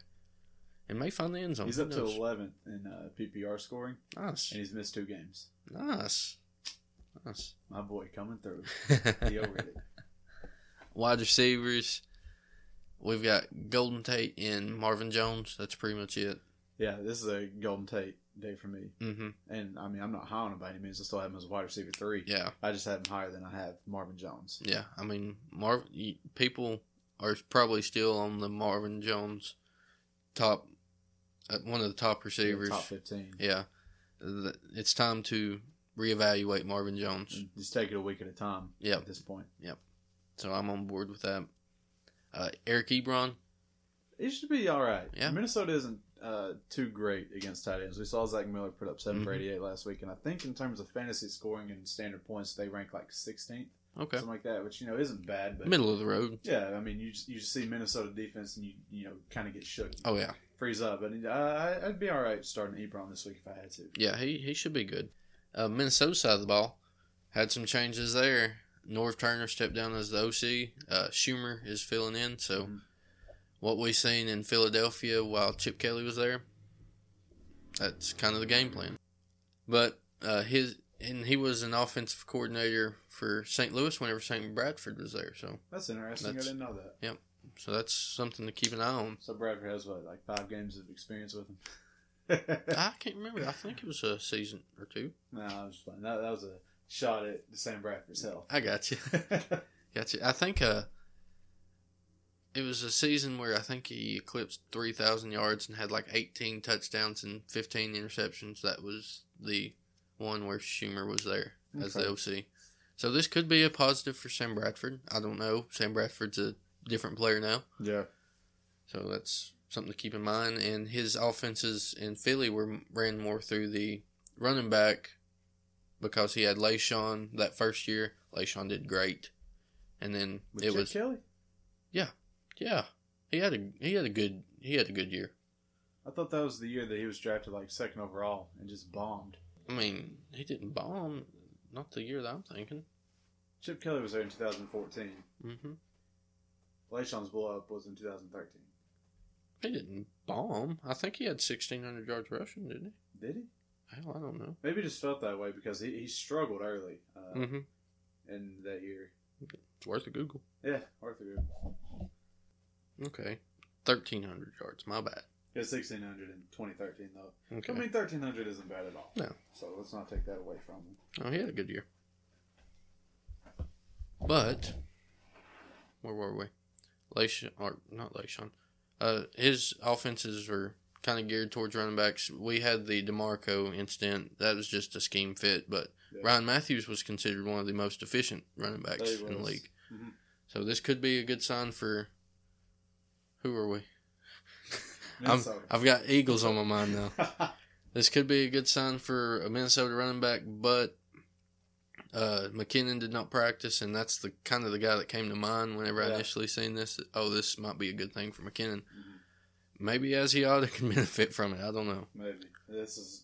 Speaker 1: And may find the end zone.
Speaker 2: He's
Speaker 1: Who
Speaker 2: up to
Speaker 1: knows?
Speaker 2: 11th in uh, PPR scoring,
Speaker 1: Nice.
Speaker 2: and he's missed two games.
Speaker 1: Nice. Nice.
Speaker 2: My boy coming through. Theo Riddick.
Speaker 1: Wide receivers. We've got Golden Tate and Marvin Jones. That's pretty much it.
Speaker 2: Yeah, this is a Golden Tate day for me.
Speaker 1: Mm-hmm.
Speaker 2: And I mean, I'm not high on him by any means. I still have him as a wide receiver three.
Speaker 1: Yeah.
Speaker 2: I just have him higher than I have Marvin Jones.
Speaker 1: Yeah. I mean, Marv. y- People are probably still on the Marvin Jones top, uh, one of the top receivers.
Speaker 2: Top 15.
Speaker 1: Yeah. Th- It's time to reevaluate Marvin Jones.
Speaker 2: Just take it a week at a time
Speaker 1: Yeah.
Speaker 2: at this point.
Speaker 1: So I'm on board with that. Uh, Eric Ebron.
Speaker 2: It should be all right.
Speaker 1: Yeah.
Speaker 2: Minnesota isn't uh, too great against tight ends. We saw Zach Miller put up 7 for
Speaker 1: Mhm.
Speaker 2: 88 last week, and I think in terms of fantasy scoring and standard points, they rank like 16th,
Speaker 1: Okay.
Speaker 2: something like that, which, you know, isn't bad. But
Speaker 1: Middle of the road.
Speaker 2: yeah, I mean, you just, you just see Minnesota defense and you, you know, kind of get shook,
Speaker 1: Oh yeah.
Speaker 2: freeze up. And uh, I, I- I'd be all right starting Ebron this week if I had to.
Speaker 1: Yeah, he, he should be good. Uh, Minnesota side of the ball had some changes there. Norv Turner stepped down as the OC. Uh, Schumer is filling in. So
Speaker 2: Mhm.
Speaker 1: what we seen in Philadelphia while Chip Kelly was there, that's kind of the game plan. But uh, his and he was an offensive coordinator for St. Louis whenever St. Bradford was there. So
Speaker 2: That's interesting.
Speaker 1: That's-
Speaker 2: I didn't know that.
Speaker 1: so that's something to keep an eye on.
Speaker 2: So Bradford has, what, like five games of experience with him?
Speaker 1: I can't remember. I think it was a season or two.
Speaker 2: no, I was just playing. That, that was a shot at Sam Bradford's health.
Speaker 1: I got you. Gotcha. I think uh, it was a season where I think he eclipsed 3,000 yards and had like 18 touchdowns and 15 interceptions. That was the one where Schumer was there as the OC. So this could be a positive for Sam Bradford. I don't know. Sam Bradford's a different player now.
Speaker 2: yeah.
Speaker 1: So that's something to keep in mind. And his offenses in Philly were ran more through the running back because he had LaShawn that first year. LaShawn did great. And then
Speaker 2: With
Speaker 1: it
Speaker 2: Chip
Speaker 1: was
Speaker 2: Kelly.
Speaker 1: yeah, he had a he had a good he had a good year.
Speaker 2: I thought that was the year that he was drafted like second overall and just bombed.
Speaker 1: I mean, he didn't bomb. Not the year that I'm thinking.
Speaker 2: Chip Kelly was there in 2014. Mm-hmm.
Speaker 1: hmm
Speaker 2: Lashon's blow up was in 2013.
Speaker 1: He didn't bomb. I think he had 1,600 yards rushing, didn't
Speaker 2: Did he?
Speaker 1: he? Hell, I don't know.
Speaker 2: Maybe it just felt that way because he, he struggled early uh,
Speaker 1: hmm
Speaker 2: in that year.
Speaker 1: It's worth a Google.
Speaker 2: Yeah, Arthur. Good.
Speaker 1: Okay, 1,300 yards. My bad.
Speaker 2: He had 1600 in 2013 though.
Speaker 1: Okay.
Speaker 2: I mean, 1300 isn't bad at all.
Speaker 1: No.
Speaker 2: So let's not take that away from him.
Speaker 1: Oh, he had a good year. But where were we? Leishon or not Leishon? Uh, his offenses were kind of geared towards running backs. We had the Demarco incident. That was just a scheme fit, but
Speaker 2: Yeah.
Speaker 1: Ryan Matthews was considered one of the most efficient running backs
Speaker 2: He
Speaker 1: in the
Speaker 2: was.
Speaker 1: league.
Speaker 2: Mhm.
Speaker 1: So this could be a good sign for. Who are we? I'm,
Speaker 2: Minnesota.
Speaker 1: I've got Eagles on my mind now this could be a good sign for a Minnesota running back, but uh, McKinnon did not practice, and that's the kind of the guy that came to mind whenever I
Speaker 2: Yeah.
Speaker 1: initially seen this. Oh, this might be a good thing for McKinnon.
Speaker 2: Mhm.
Speaker 1: Maybe Asiata can benefit from it. I don't know.
Speaker 2: Maybe this is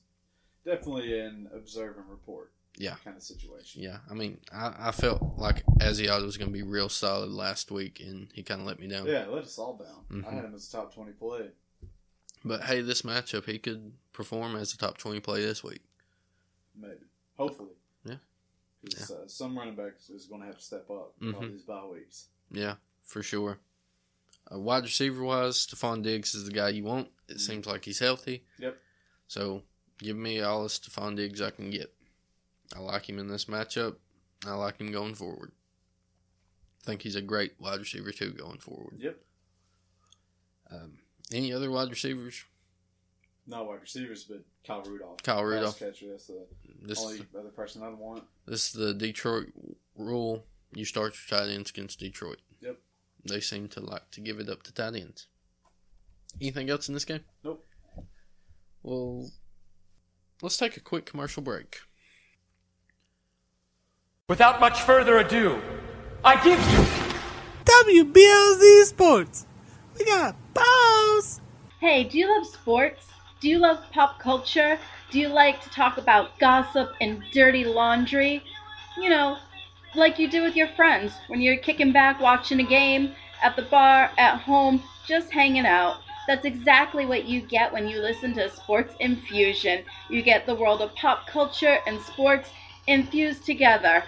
Speaker 2: definitely an observe and report.
Speaker 1: Yeah.
Speaker 2: Kind of situation.
Speaker 1: Yeah, I mean, I, I felt like Asiata was going to be real solid last week, and he kind of let me down.
Speaker 2: Yeah, let us all down. I
Speaker 1: Mhm.
Speaker 2: had him as a top twenty play.
Speaker 1: But hey, this matchup, he could perform as a top 20 play this week.
Speaker 2: Maybe. Hopefully.
Speaker 1: Yeah.
Speaker 2: 'Cause, Uh, some running backs is going to have to step up all
Speaker 1: Mhm.
Speaker 2: these bye weeks.
Speaker 1: Yeah, for sure. Uh, wide receiver wise, Stephon Diggs is the guy you want. It
Speaker 2: Mhm.
Speaker 1: seems like he's healthy.
Speaker 2: Yep.
Speaker 1: So Give me all the Stephon Diggs I can get. I like him in this matchup. I like him going forward. think he's a great wide receiver too going forward.
Speaker 2: Yep.
Speaker 1: Um, any other wide receivers?
Speaker 2: Not wide receivers, but Kyle Rudolph.
Speaker 1: Kyle
Speaker 2: Pass
Speaker 1: Rudolph.
Speaker 2: catcher. That's the
Speaker 1: This
Speaker 2: only other person I'd want.
Speaker 1: this is the Detroit rule. You start your tight ends against Detroit.
Speaker 2: Yep.
Speaker 1: They seem to like to give it up to tight ends. Anything else in this game?
Speaker 2: Nope.
Speaker 1: Well, let's take a quick commercial break.
Speaker 3: Without much further ado, I give you.
Speaker 4: WBLZ Sports. We got balls.
Speaker 5: Hey, do you love sports? Do you love pop culture? Do you like to talk about gossip and dirty laundry? You know, like you do with your friends when you're kicking back, watching a game, at the bar, at home, just hanging out. That's exactly what you get when you listen to Sports Infusion. You get the world of pop culture and sports infused together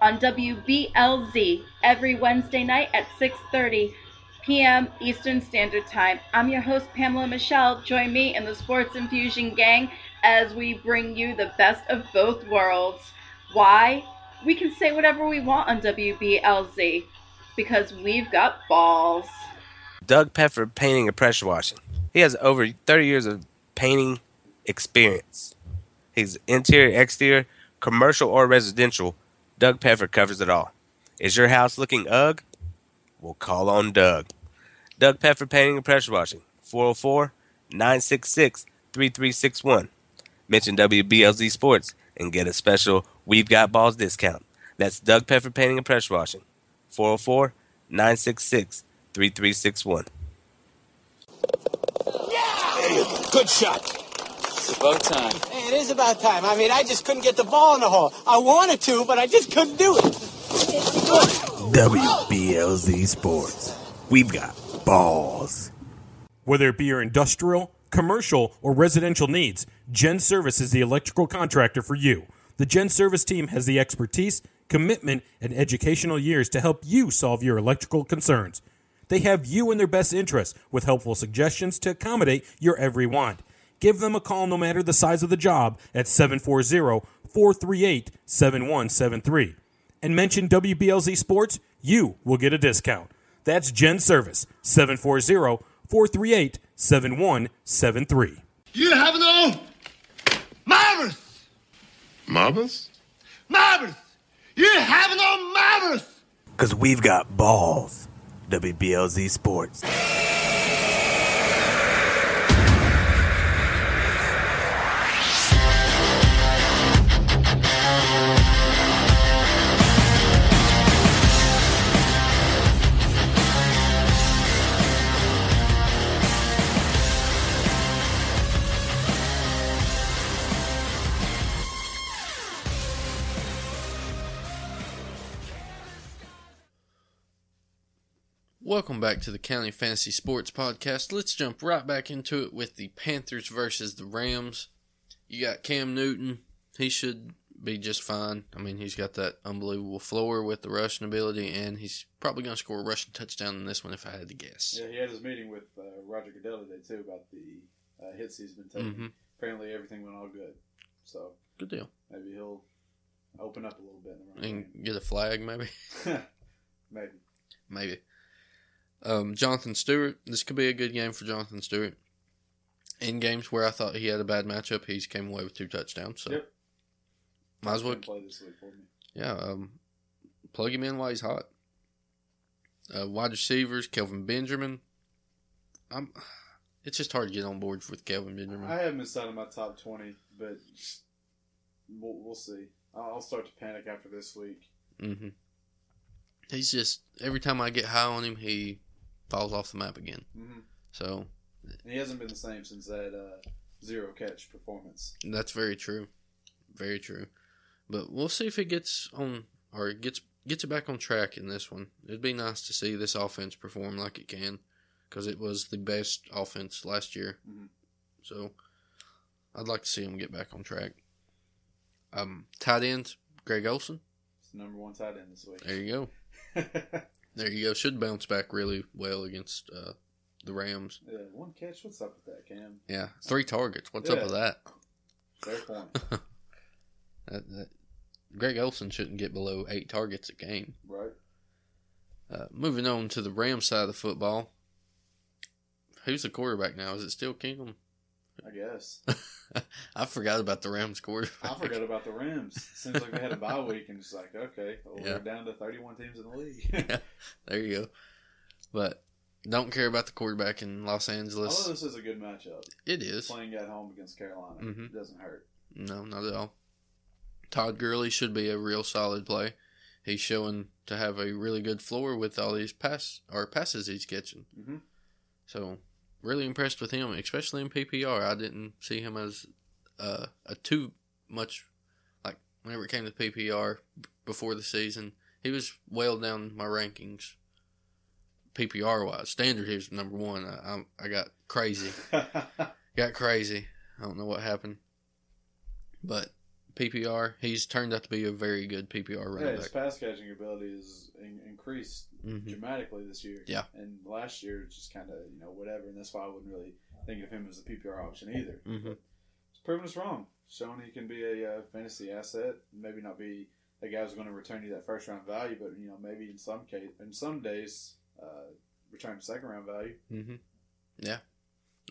Speaker 5: on WBLZ every Wednesday night at 6:30 p.m. Eastern Standard Time. I'm your host, Pamela Michelle. Join me and the Sports Infusion gang as we bring you the best of both worlds. Why? We can say whatever we want on WBLZ because we've got balls.
Speaker 6: Doug Pefford painting and pressure washing. He has over 30 years of painting experience. He's interior, exterior, commercial, or residential. Doug Pefford covers it all. Is your house looking ugh? We'll call on Doug. Doug Pefford painting and pressure washing. 404 966 3361. Mention WBLZ Sports and get a special We've Got Balls discount. That's Doug Pefford painting and pressure washing. 404 966 3361.
Speaker 7: Good shot. About time.
Speaker 4: Hey, it is about time. I mean, I just couldn't get the ball in the hole. I wanted to, but I just couldn't do it.
Speaker 8: WBLZ Sports. We've got balls.
Speaker 9: Whether it be your industrial, commercial, or residential needs, Gen Service is the electrical contractor for you. The Gen Service team has the expertise, commitment, and educational years to help you solve your electrical concerns. They have you in their best interest with helpful suggestions to accommodate your every want. Give them a call no matter the size of the job at 740 438 7173 and mention WBLZ Sports, you will get a discount. That's Gen Service, 740 438 7173.
Speaker 10: You have no marbles.
Speaker 8: Marbles?
Speaker 10: Marbles. You have no marbles.
Speaker 8: Because we've got balls. WBLZ Sports.
Speaker 1: Welcome back to the County Fantasy Sports Podcast. Let's jump right back into it with the Panthers versus the Rams. You got Cam Newton. He should be just fine. I mean, he's got that unbelievable floor with the rushing ability, and he's probably going to score a rushing touchdown in this one if I had to guess.
Speaker 2: Yeah, he had his meeting with uh, Roger Goodell today too about the uh, hits he's been taking.
Speaker 1: Mhm.
Speaker 2: Apparently, everything went all good, so
Speaker 1: Good deal.
Speaker 2: maybe he'll open up a little bit in the
Speaker 1: And
Speaker 2: running
Speaker 1: get a flag, maybe.
Speaker 2: game. maybe.
Speaker 1: maybe. Um, Jonathan Stewart. This could be a good game for Jonathan Stewart. In games where I thought he had a bad matchup, he's came away with two touchdowns. So
Speaker 2: Yep.
Speaker 1: might as well,
Speaker 2: Can play this week for me.
Speaker 1: yeah. Um, plug him in while he's hot. Uh, wide receivers, Kelvin Benjamin. I'm. It's just hard to get on board with Kelvin Benjamin.
Speaker 2: I have him inside of my top twenty, but we'll, we'll see. I'll I'll start to panic after this week.
Speaker 1: hmm He's just every time I get high on him, he falls off the map again.
Speaker 2: Mhm.
Speaker 1: So
Speaker 2: And he hasn't been the same since that uh, zero catch performance.
Speaker 1: That's very true. Very true. But we'll see if it gets on or it gets gets it back on track in this one. It'd be nice to see this offense perform like it can because it was the best offense last year.
Speaker 2: Mhm.
Speaker 1: So I'd like to see them get back on track. Um, tight end Greg Olson.
Speaker 2: It's the number one tight end this week.
Speaker 1: There you go. There you go. Should bounce back really well against uh, the Rams.
Speaker 2: yeah, one catch. What's up with that, Cam?
Speaker 1: Yeah, three targets. What's up
Speaker 2: Yeah.
Speaker 1: with that?
Speaker 2: Fair point.
Speaker 1: That, that, Greg Olson shouldn't get below eight targets a game.
Speaker 2: right.
Speaker 1: Uh, moving on to the Rams side of the football. Who's the quarterback now? Is it still Kingdom?
Speaker 2: I guess.
Speaker 1: I forgot about the Rams
Speaker 2: I
Speaker 1: quarterback.
Speaker 2: forgot about the Rams. Seems like they had a bye week and it's like, okay, well,
Speaker 1: Yeah.
Speaker 2: we're down to 31 teams in the league.
Speaker 1: There you go. But don't care about the quarterback in Los
Speaker 2: Although
Speaker 1: Angeles.
Speaker 2: this is a good matchup.
Speaker 1: It is.
Speaker 2: Playing at home against Carolina.
Speaker 1: Mhm.
Speaker 2: It doesn't hurt.
Speaker 1: No, not at all. Todd Gurley should be a real solid play. He's showing to have a really good floor with all these pass or passes he's catching.
Speaker 2: Mhm.
Speaker 1: So, really impressed with him, especially in PPR. I didn't see him as uh, a too much like whenever it came to PPR b- before the season. He was well down my rankings. PPR wise, standard he was number one. I, I, I got crazy got crazy. I don't know what happened, but PPR, he's turned out to be a very good PPR
Speaker 2: yeah,
Speaker 1: running
Speaker 2: his
Speaker 1: back.
Speaker 2: pass catching ability is in- increased
Speaker 1: Mhm.
Speaker 2: dramatically this year.
Speaker 1: Yeah.
Speaker 2: And last year it's just kind of you know whatever, and that's why I wouldn't really think of him as a PPR option either.
Speaker 1: Mhm.
Speaker 2: But it's proven us wrong. Shown he can be a uh, fantasy asset. Maybe not be the guy who's going to return you that first round value, but you know maybe in some case, in some days, uh, return second round value.
Speaker 1: Mm-hmm. Yeah,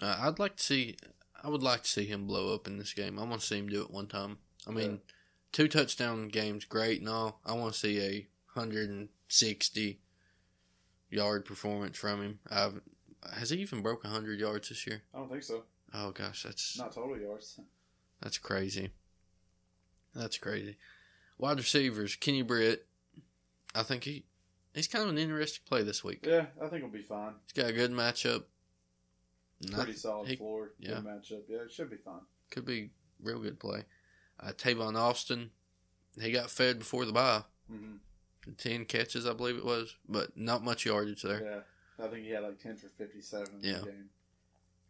Speaker 1: uh, I'd like to see. I would like to see him blow up in this game. I want to see him do it one time. I mean,
Speaker 2: Yeah.
Speaker 1: two touchdown games, great and all. I want to see a hundred and sixty yard performance from him. I've, has he even broke hundred yards this year?
Speaker 2: I don't think so.
Speaker 1: Oh gosh, that's
Speaker 2: Not total yards.
Speaker 1: That's crazy. That's crazy. Wide receivers, Kenny Britt. I think he he's kind of an interesting play this week.
Speaker 2: Yeah, I think it'll be fine.
Speaker 1: He's got a good matchup. And I-
Speaker 2: Pretty solid
Speaker 1: he
Speaker 2: floor.
Speaker 1: yeah.
Speaker 2: Good matchup. Yeah, it should be fine.
Speaker 1: Could be real good play. Uh, Tavon Austin, he got fed before the bye.
Speaker 2: hmm
Speaker 1: Ten catches, I believe it was, but not much yardage there.
Speaker 2: Yeah, I think he had like ten for fifty-seven in
Speaker 1: Yeah.
Speaker 2: the game.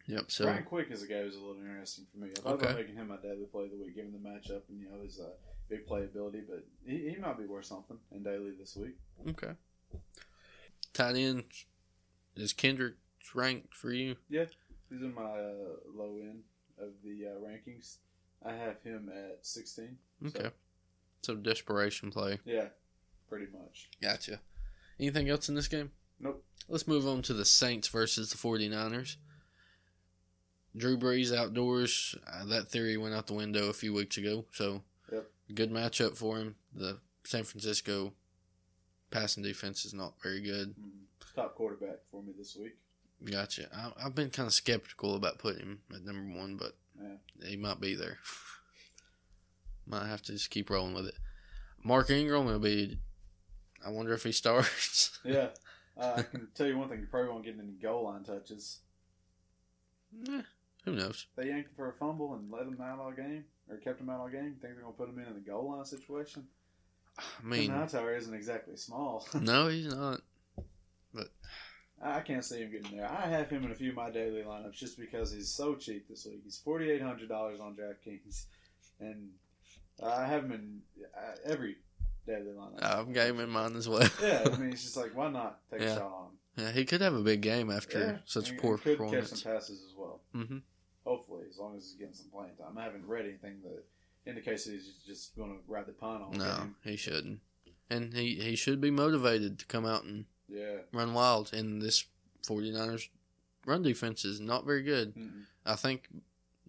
Speaker 1: Yep. So
Speaker 2: Brian Quick is a guy who's a little interesting for me. I thought about
Speaker 1: Okay.
Speaker 2: making him my daily play of the week, given the matchup and you know his uh, big playability, but he, he might be worth something in daily this week.
Speaker 1: okay. Tight end is Kendrick ranked for you?
Speaker 2: He's in my uh, low end of the uh, rankings. I have him at sixteen.
Speaker 1: Okay. so desperation play.
Speaker 2: Yeah, pretty much.
Speaker 1: Gotcha. Anything else in this game?
Speaker 2: Nope.
Speaker 1: Let's move on to the Saints versus the 49ers. Drew Brees outdoors. Uh, that theory went out the window a few weeks ago. So,
Speaker 2: Yep.
Speaker 1: good matchup for him. The San Francisco passing defense is not very good.
Speaker 2: Mm, top quarterback for me this week.
Speaker 1: Gotcha. I, I've been kind of skeptical about putting him at number one, but
Speaker 2: Yeah.
Speaker 1: he might be there. might have to just keep rolling with it. Mark Ingram will be. I wonder if he starts.
Speaker 2: Yeah, uh, I can tell you one thing: you probably won't get any goal line touches.
Speaker 1: Eh, who knows?
Speaker 2: They yanked him for a fumble and let him out all game, or kept him out all game. Think they're gonna put him in in the goal line situation?
Speaker 1: I
Speaker 2: I mean,
Speaker 1: mean,
Speaker 2: Hightower isn't exactly small.
Speaker 1: no, he's not.
Speaker 2: I I can't see him getting there. I have him in a few of my daily lineups just because he's so cheap this week. He's forty eight hundred dollars on DraftKings, and I have him in uh, every daily lineup.
Speaker 1: I've got him in mine as well.
Speaker 2: yeah, I mean, it's just like why not take
Speaker 1: Oh. Yeah.
Speaker 2: a shot on him?
Speaker 1: Yeah, he could have a big game after
Speaker 2: Yeah,
Speaker 1: such a
Speaker 2: and-
Speaker 1: poor
Speaker 2: and could catch
Speaker 1: performance.
Speaker 2: some passes as well.
Speaker 1: hmm
Speaker 2: Hopefully, as long as he's getting some playing time. I haven't read anything that indicates that he's just going to ride the pine all
Speaker 1: No,
Speaker 2: game.
Speaker 1: he shouldn't. And he, he should be motivated to come out and
Speaker 2: Yeah.
Speaker 1: run wild. And this 49ers run defense is not very good.
Speaker 2: Mm-mm.
Speaker 1: I think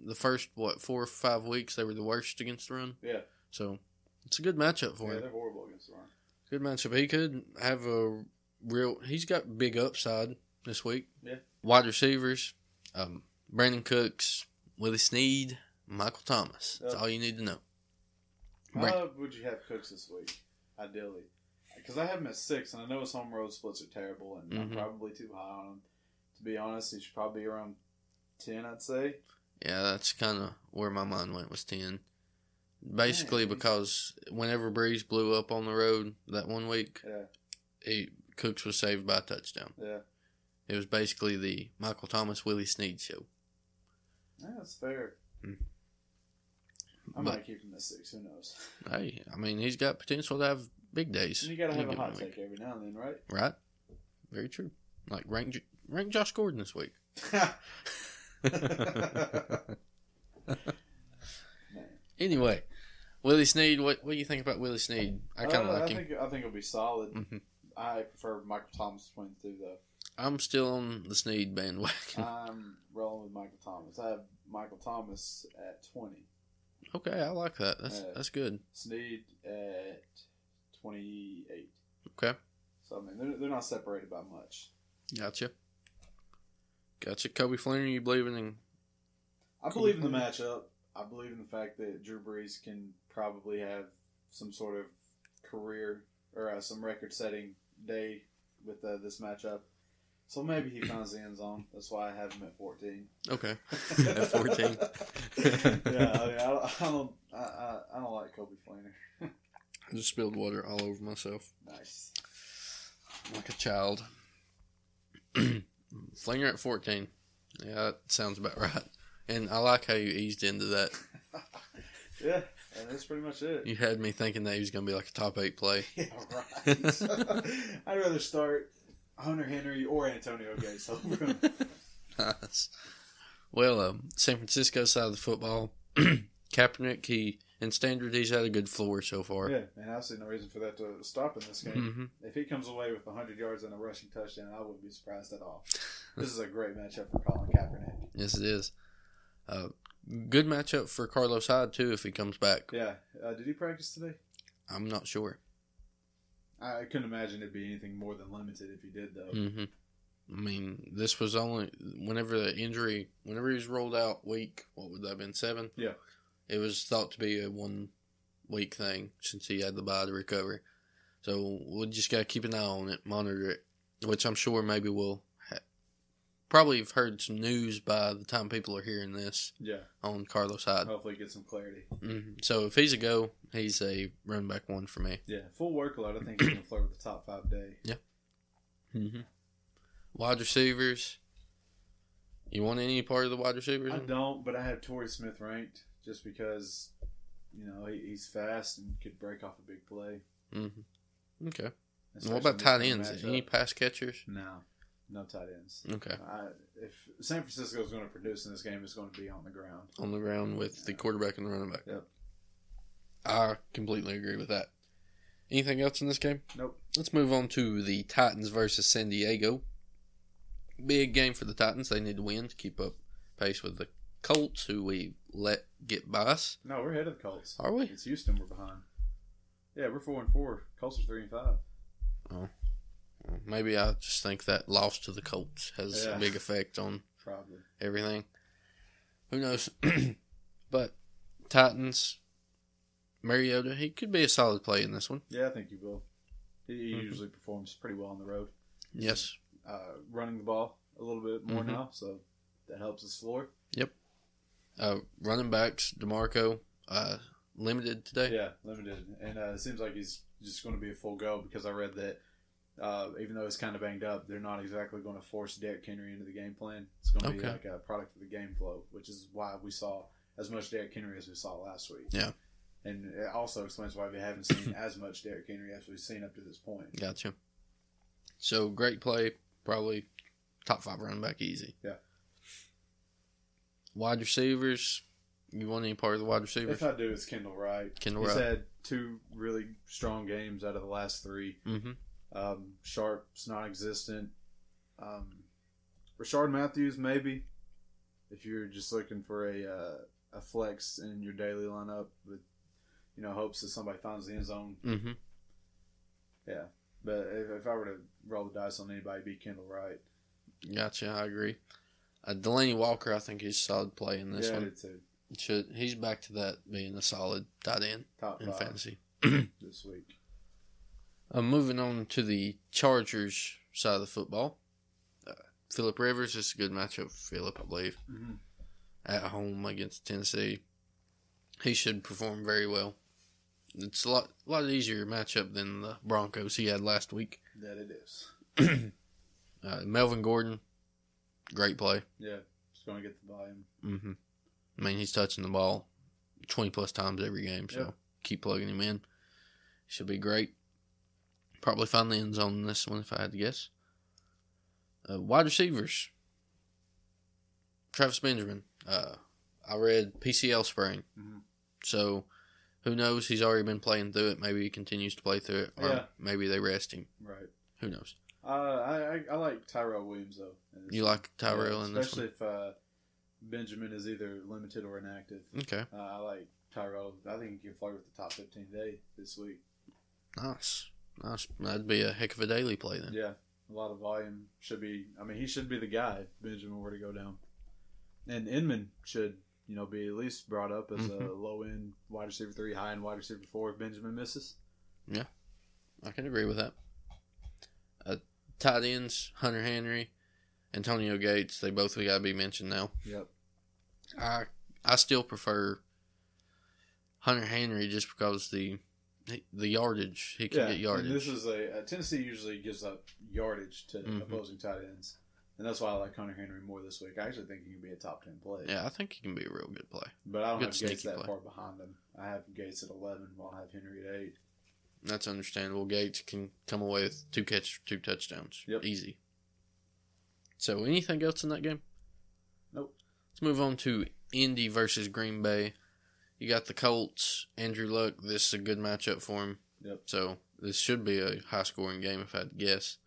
Speaker 1: the first, what, four or five weeks, they were the worst against the run.
Speaker 2: Yeah.
Speaker 1: So it's a good matchup for
Speaker 2: Yeah,
Speaker 1: him.
Speaker 2: they're horrible against the run.
Speaker 1: Good matchup. He could have a real. He's got big upside this week.
Speaker 2: Yeah.
Speaker 1: Wide receivers, um, Brandon Cooks, Willie Sneed, Michael Thomas. That's
Speaker 2: Yeah.
Speaker 1: all you need to know.
Speaker 2: How
Speaker 1: Right.
Speaker 2: would you have Cooks this week, ideally? Because I have him at six, and I know his home road splits are terrible, and
Speaker 1: Mhm.
Speaker 2: I'm probably too high on him. To be honest, he should probably be around ten, I'd say.
Speaker 1: Yeah, that's kind of where my mind went was ten. Basically,
Speaker 2: Nice.
Speaker 1: because whenever Breeze blew up on the road that one week,
Speaker 2: Yeah,
Speaker 1: he, Cooks was saved by a touchdown.
Speaker 2: yeah,
Speaker 1: It was basically the Michael Thomas Willie Sneed show.
Speaker 2: yeah that's fair.
Speaker 1: Mm.
Speaker 2: I
Speaker 1: But-
Speaker 2: might keep him at six. Who knows?
Speaker 1: Hey, I mean, he's got potential to have big days.
Speaker 2: And you gotta
Speaker 1: any
Speaker 2: have a
Speaker 1: given
Speaker 2: hot
Speaker 1: week.
Speaker 2: take every now and then, right?
Speaker 1: Right. Very true. Like rank J- rank Josh Gordon this week.
Speaker 2: Man,
Speaker 1: Anyway, Willie Sneed, what what do you think about Willie Sneed? I kind of
Speaker 2: Uh,
Speaker 1: like
Speaker 2: I
Speaker 1: him.
Speaker 2: think, I think it'll be solid.
Speaker 1: Mhm.
Speaker 2: I prefer Michael Thomas between the two, though.
Speaker 1: I'm still on the Sneed bandwagon.
Speaker 2: I'm rolling with Michael Thomas. I have Michael Thomas at 20,
Speaker 1: okay, I like that. That's
Speaker 2: uh,
Speaker 1: that's good.
Speaker 2: Sneed at 28.
Speaker 1: Okay,
Speaker 2: So, I mean, they're, they're not separated by much.
Speaker 1: gotcha, gotcha. Kobe Fleener, you believing in?
Speaker 2: I
Speaker 1: Cool.
Speaker 2: believe in the matchup. I believe in the fact that Drew Brees can probably have some sort of career or uh, some record-setting day with uh, this matchup. So maybe he finds the end zone. That's why I have him at 14.
Speaker 1: Okay, at fourteen.
Speaker 2: yeah, I, mean, I, don't- I don't, I, I, I don't like Kobe Fleener.
Speaker 1: I just spilled water all over myself
Speaker 2: Nice.
Speaker 1: like a child. Flinger at 14. Yeah, that sounds about right. And I like how you eased into that.
Speaker 2: Yeah, and that's pretty much it.
Speaker 1: You had me thinking that he was going to be like a top eight play.
Speaker 2: Yeah, right. I'd rather start Hunter Henry or Antonio Gates over him.
Speaker 1: Nice. Well, um, San Francisco side of the football, Kaepernick, he, in standard, he's had a good floor so far.
Speaker 2: Yeah, and I see no reason for that to stop in this game.
Speaker 1: hmm
Speaker 2: If he comes away with 100 yards and a rushing touchdown, I wouldn't be surprised at all. This is a great matchup for Colin Kaepernick.
Speaker 1: Yes, it is. Uh, good matchup for Carlos Hyde, too, if he comes back.
Speaker 2: Yeah, uh, did he practice today?
Speaker 1: I'm not sure.
Speaker 2: I I couldn't imagine it'd be anything more than limited if he did, though.
Speaker 1: hmm I mean, this was only whenever the injury, whenever he was rolled out week, what would that have been, seven?
Speaker 2: Yeah.
Speaker 1: It was thought to be a one week thing since he had the bye to recover. So we just got to keep an eye on it, monitor it, which I'm sure maybe we'll ha- probably have heard some news by the time people are hearing this
Speaker 2: Yeah,
Speaker 1: on Carlos Hyde.
Speaker 2: hopefully get some clarity.
Speaker 1: hmm So if he's a go, he's a run back one for me.
Speaker 2: Yeah, full workload. I think he's gonna flirt with the top five day.
Speaker 1: Mm-hmm. Wide receivers. You want any part of the wide receivers?
Speaker 2: I don't, but I have Torrey Smith ranked just because you know he, he's fast and could break off a big play.
Speaker 1: Mm-hmm. Okay. And
Speaker 2: Especially
Speaker 1: what about
Speaker 2: this
Speaker 1: tight
Speaker 2: kind of
Speaker 1: ends?
Speaker 2: matchup.
Speaker 1: Any Mm. pass catchers?
Speaker 2: No, no tight ends.
Speaker 1: Okay.
Speaker 2: I, if San Francisco is going to produce in this game, it's going to be on the ground.
Speaker 1: On the ground with the quarterback and the running back.
Speaker 2: Yep.
Speaker 1: I completely agree with that. Anything else in this game?
Speaker 2: Nope.
Speaker 1: Let's move on to the Titans versus San Diego. Big game for the Titans. They need to win to keep up pace with the Colts, who we let get by us.
Speaker 2: No, we're ahead of the Colts.
Speaker 1: Are we?
Speaker 2: It's Houston. We're behind. Yeah, we're four and four. Colts are three and five.
Speaker 1: Maybe I just think that loss to the Colts has
Speaker 2: Yeah.
Speaker 1: a big effect on
Speaker 2: Probably.
Speaker 1: everything. Who knows? but Titans, Mariota, he could be a solid play in this one.
Speaker 2: Yeah, I think you will. He, he
Speaker 1: Mhm.
Speaker 2: usually performs pretty well on the road.
Speaker 1: Yes.
Speaker 2: Uh, running the ball a little bit more
Speaker 1: Mhm.
Speaker 2: now, so that helps his floor.
Speaker 1: Uh, running backs, DeMarco, uh, limited today.
Speaker 2: Yeah, limited, and uh, it seems like he's just going to be a full go because I read that uh, even though it's kind of banged up, they're not exactly going to force Derrick Henry into the game plan. It's going to be
Speaker 1: Okay.
Speaker 2: like a product of the game flow, which is why we saw as much Derrick Henry as we saw last week.
Speaker 1: Yeah.
Speaker 2: and it also explains why we haven't seen as much Derrick Henry as we've seen up to this point.
Speaker 1: Gotcha. So great play, probably top five running back easy.
Speaker 2: Yeah.
Speaker 1: Wide receivers, you want any part of the wide receivers?
Speaker 2: If I do, it's Kendall Wright.
Speaker 1: Kendall
Speaker 2: He's
Speaker 1: Wright.
Speaker 2: had two really strong games out of the last three.
Speaker 1: mm-hmm.
Speaker 2: Um, Sharp's non-existent. Um, Rashard Matthews, maybe, if you're just looking for a uh, a flex in your daily lineup with, you know, hopes that somebody finds the end zone.
Speaker 1: Mm-hmm.
Speaker 2: Yeah, but if, if I were to roll the dice on anybody, it'd be Kendall Wright.
Speaker 1: Gotcha. I agree. Uh, Delaney Walker, I think he's a solid play in this
Speaker 2: yeah, I
Speaker 1: one.
Speaker 2: did too.
Speaker 1: Should he's back to that being a solid tight end
Speaker 2: Top
Speaker 1: in
Speaker 2: five
Speaker 1: fantasy.
Speaker 2: this week.
Speaker 1: Uh, moving on to the Chargers side of the football. Uh, Philip Rivers is a good matchup for Philip, I believe,
Speaker 2: Mhm.
Speaker 1: at home against Tennessee. He should perform very well. It's a lot, lot easier matchup than the Broncos he had last week.
Speaker 2: That it is.
Speaker 1: Uh, Melvin Gordon, great play.
Speaker 2: Yeah, just going to get the volume.
Speaker 1: Mm-hmm. I mean, he's touching the ball 20 plus times every game, so
Speaker 2: Yeah.
Speaker 1: keep plugging him in. Should be great. Probably find the end zone in this one if I had to guess. Uh, wide receivers. Travis Benjamin. Uh, I read PCL sprain.
Speaker 2: Mhm.
Speaker 1: So who knows? He's already been playing through it. Maybe he continues to play through it, or
Speaker 2: Yeah.
Speaker 1: maybe they rest him.
Speaker 2: Right.
Speaker 1: Who knows?
Speaker 2: Uh, I, I I like Tyrell Williams though. in this
Speaker 1: You
Speaker 2: one.
Speaker 1: like Tyrell
Speaker 2: Yeah,
Speaker 1: in this
Speaker 2: especially
Speaker 1: one?
Speaker 2: if uh, Benjamin is either limited or inactive.
Speaker 1: Okay,
Speaker 2: Uh, I like Tyrell. I think he can flirt with the top fifteen today this week.
Speaker 1: nice, nice. That'd be a heck of a daily play then.
Speaker 2: Yeah, a lot of volume should be. I mean, he should be the guy if Benjamin were to go down, and Inman should you know be at least brought up as a
Speaker 1: Mm-hmm.
Speaker 2: low end wide receiver three, high end wide receiver four if Benjamin misses.
Speaker 1: I can agree with that. Uh, tight ends: Hunter Henry, Antonio Gates. They both got to be mentioned now.
Speaker 2: Yep.
Speaker 1: I I still prefer Hunter Henry just because the the yardage he can
Speaker 2: Yeah,
Speaker 1: get
Speaker 2: and
Speaker 1: yardage.
Speaker 2: this is a uh, Tennessee usually gives up yardage to
Speaker 1: Mhm.
Speaker 2: opposing tight ends, and that's why I like Hunter Henry more this week. I actually think he can be a top ten play.
Speaker 1: yeah, I think he can be a real good play.
Speaker 2: but I don't
Speaker 1: good
Speaker 2: have Gates
Speaker 1: sneaky
Speaker 2: that
Speaker 1: play.
Speaker 2: far behind him. I have Gates at eleven, while I have Henry at eight.
Speaker 1: That's understandable. Gates can come away with two catches, two touchdowns.
Speaker 2: Yep.
Speaker 1: Easy. So, anything else in that game?
Speaker 2: Nope.
Speaker 1: Let's move on to Indy versus Green Bay. You got the Colts, Andrew Luck. This is a good matchup for him.
Speaker 2: Yep.
Speaker 1: So, this should be a high scoring game if I had to guess.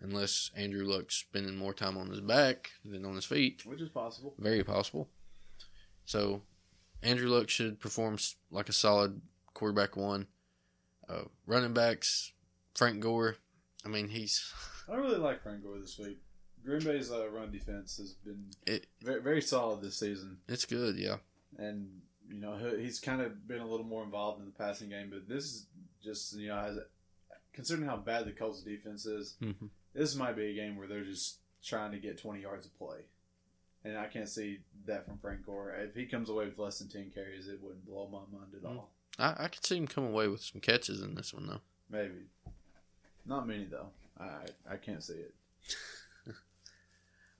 Speaker 1: Unless Andrew Luck's spending more time on his back than on his feet.
Speaker 2: which is possible.
Speaker 1: Very possible. So, Andrew Luck should perform s- like a solid quarterback one. Uh, running backs, Frank Gore. I mean, he's
Speaker 2: I don't really like Frank Gore this week. Green Bay's uh, run defense has been
Speaker 1: It-
Speaker 2: very, very solid this season,
Speaker 1: it's good, yeah.
Speaker 2: and you know he- he's kind of been a little more involved in the passing game. But this is just you know has considering how bad the Colts defense is, this might be a game where they're just trying to get 20 yards of play. And I can't see that from Frank Gore. If he comes away with less than 10 carries, it wouldn't blow my mind at all.
Speaker 1: I, I could see him come away with some catches in this one though.
Speaker 2: Maybe. Not many, though. I, I can't see it.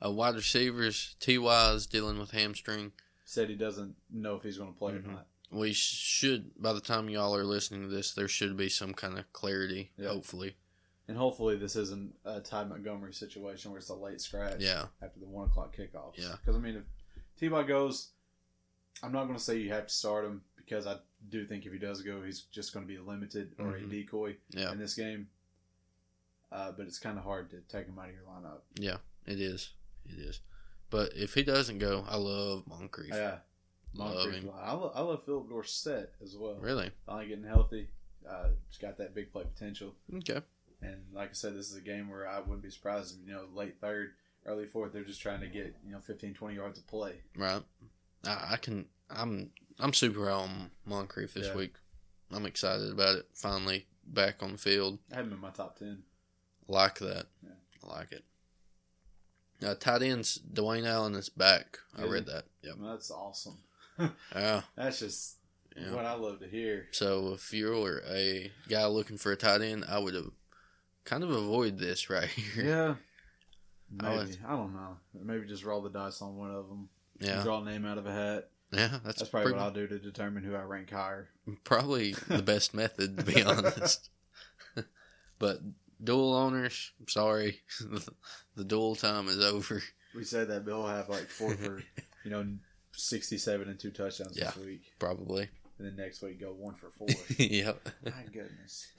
Speaker 1: Uh, wide receivers, Ty is dealing with hamstring.
Speaker 2: Said he doesn't know if he's going to play or not.
Speaker 1: We sh- should, by the time y'all are listening to this, there should be some kind of clarity.
Speaker 2: Yeah.
Speaker 1: Hopefully,
Speaker 2: And hopefully this isn't a Ty Montgomery situation where it's a late scratch
Speaker 1: Yeah.
Speaker 2: after the 1 o'clock kickoff.
Speaker 1: Yeah.
Speaker 2: Because, I mean, if T-Bot goes, I'm not going to say you have to start him because I do think if he does go, he's just going to be limited or
Speaker 1: Mhm.
Speaker 2: a decoy.
Speaker 1: yeah,
Speaker 2: in this game. Uh, but it's kind of hard to take him out of your lineup.
Speaker 1: yeah, it is, it is. But if he doesn't go, I love Moncrief.
Speaker 2: Yeah,
Speaker 1: love
Speaker 2: Moncrief.
Speaker 1: him.
Speaker 2: I, lo- I love Philip Dorsett as well.
Speaker 1: Really?
Speaker 2: Finally getting healthy. Uh, he's got that big play potential.
Speaker 1: Okay.
Speaker 2: And like I said, this is a game where I wouldn't be surprised if, you know, late third, early fourth, they're just trying to get, you know, 15, 20 yards of play.
Speaker 1: Right. I, I can. I'm. I'm super high on Moncrief this
Speaker 2: Yeah.
Speaker 1: week. I'm excited about it. Finally back on the field.
Speaker 2: I have him in my top 10.
Speaker 1: Like that.
Speaker 2: Yeah.
Speaker 1: I like it. Uh, tight ends. Dwayne Allen is back. I
Speaker 2: Is
Speaker 1: read
Speaker 2: he?
Speaker 1: that. Yep.
Speaker 2: I mean, that's awesome.
Speaker 1: Yeah.
Speaker 2: That's just
Speaker 1: Yeah.
Speaker 2: what I love to hear.
Speaker 1: So if you're a guy looking for a tight end, I would have kind of avoid this right here.
Speaker 2: Yeah.
Speaker 1: I
Speaker 2: Maybe.
Speaker 1: was-
Speaker 2: I don't know. Maybe just roll the dice on one of them.
Speaker 1: Yeah.
Speaker 2: Draw a name out of a hat.
Speaker 1: Yeah, That's,
Speaker 2: That's probably
Speaker 1: pretty-
Speaker 2: what I'll do to determine who I rank higher.
Speaker 1: probably the best method to be honest. but dual owners, I'm sorry, the dual time is over.
Speaker 2: We said that Bill will have like four for, you know, sixty-seven and two touchdowns this
Speaker 1: Yeah.
Speaker 2: week,
Speaker 1: Probably.
Speaker 2: and then next week go one for four.
Speaker 1: yep.
Speaker 2: My goodness,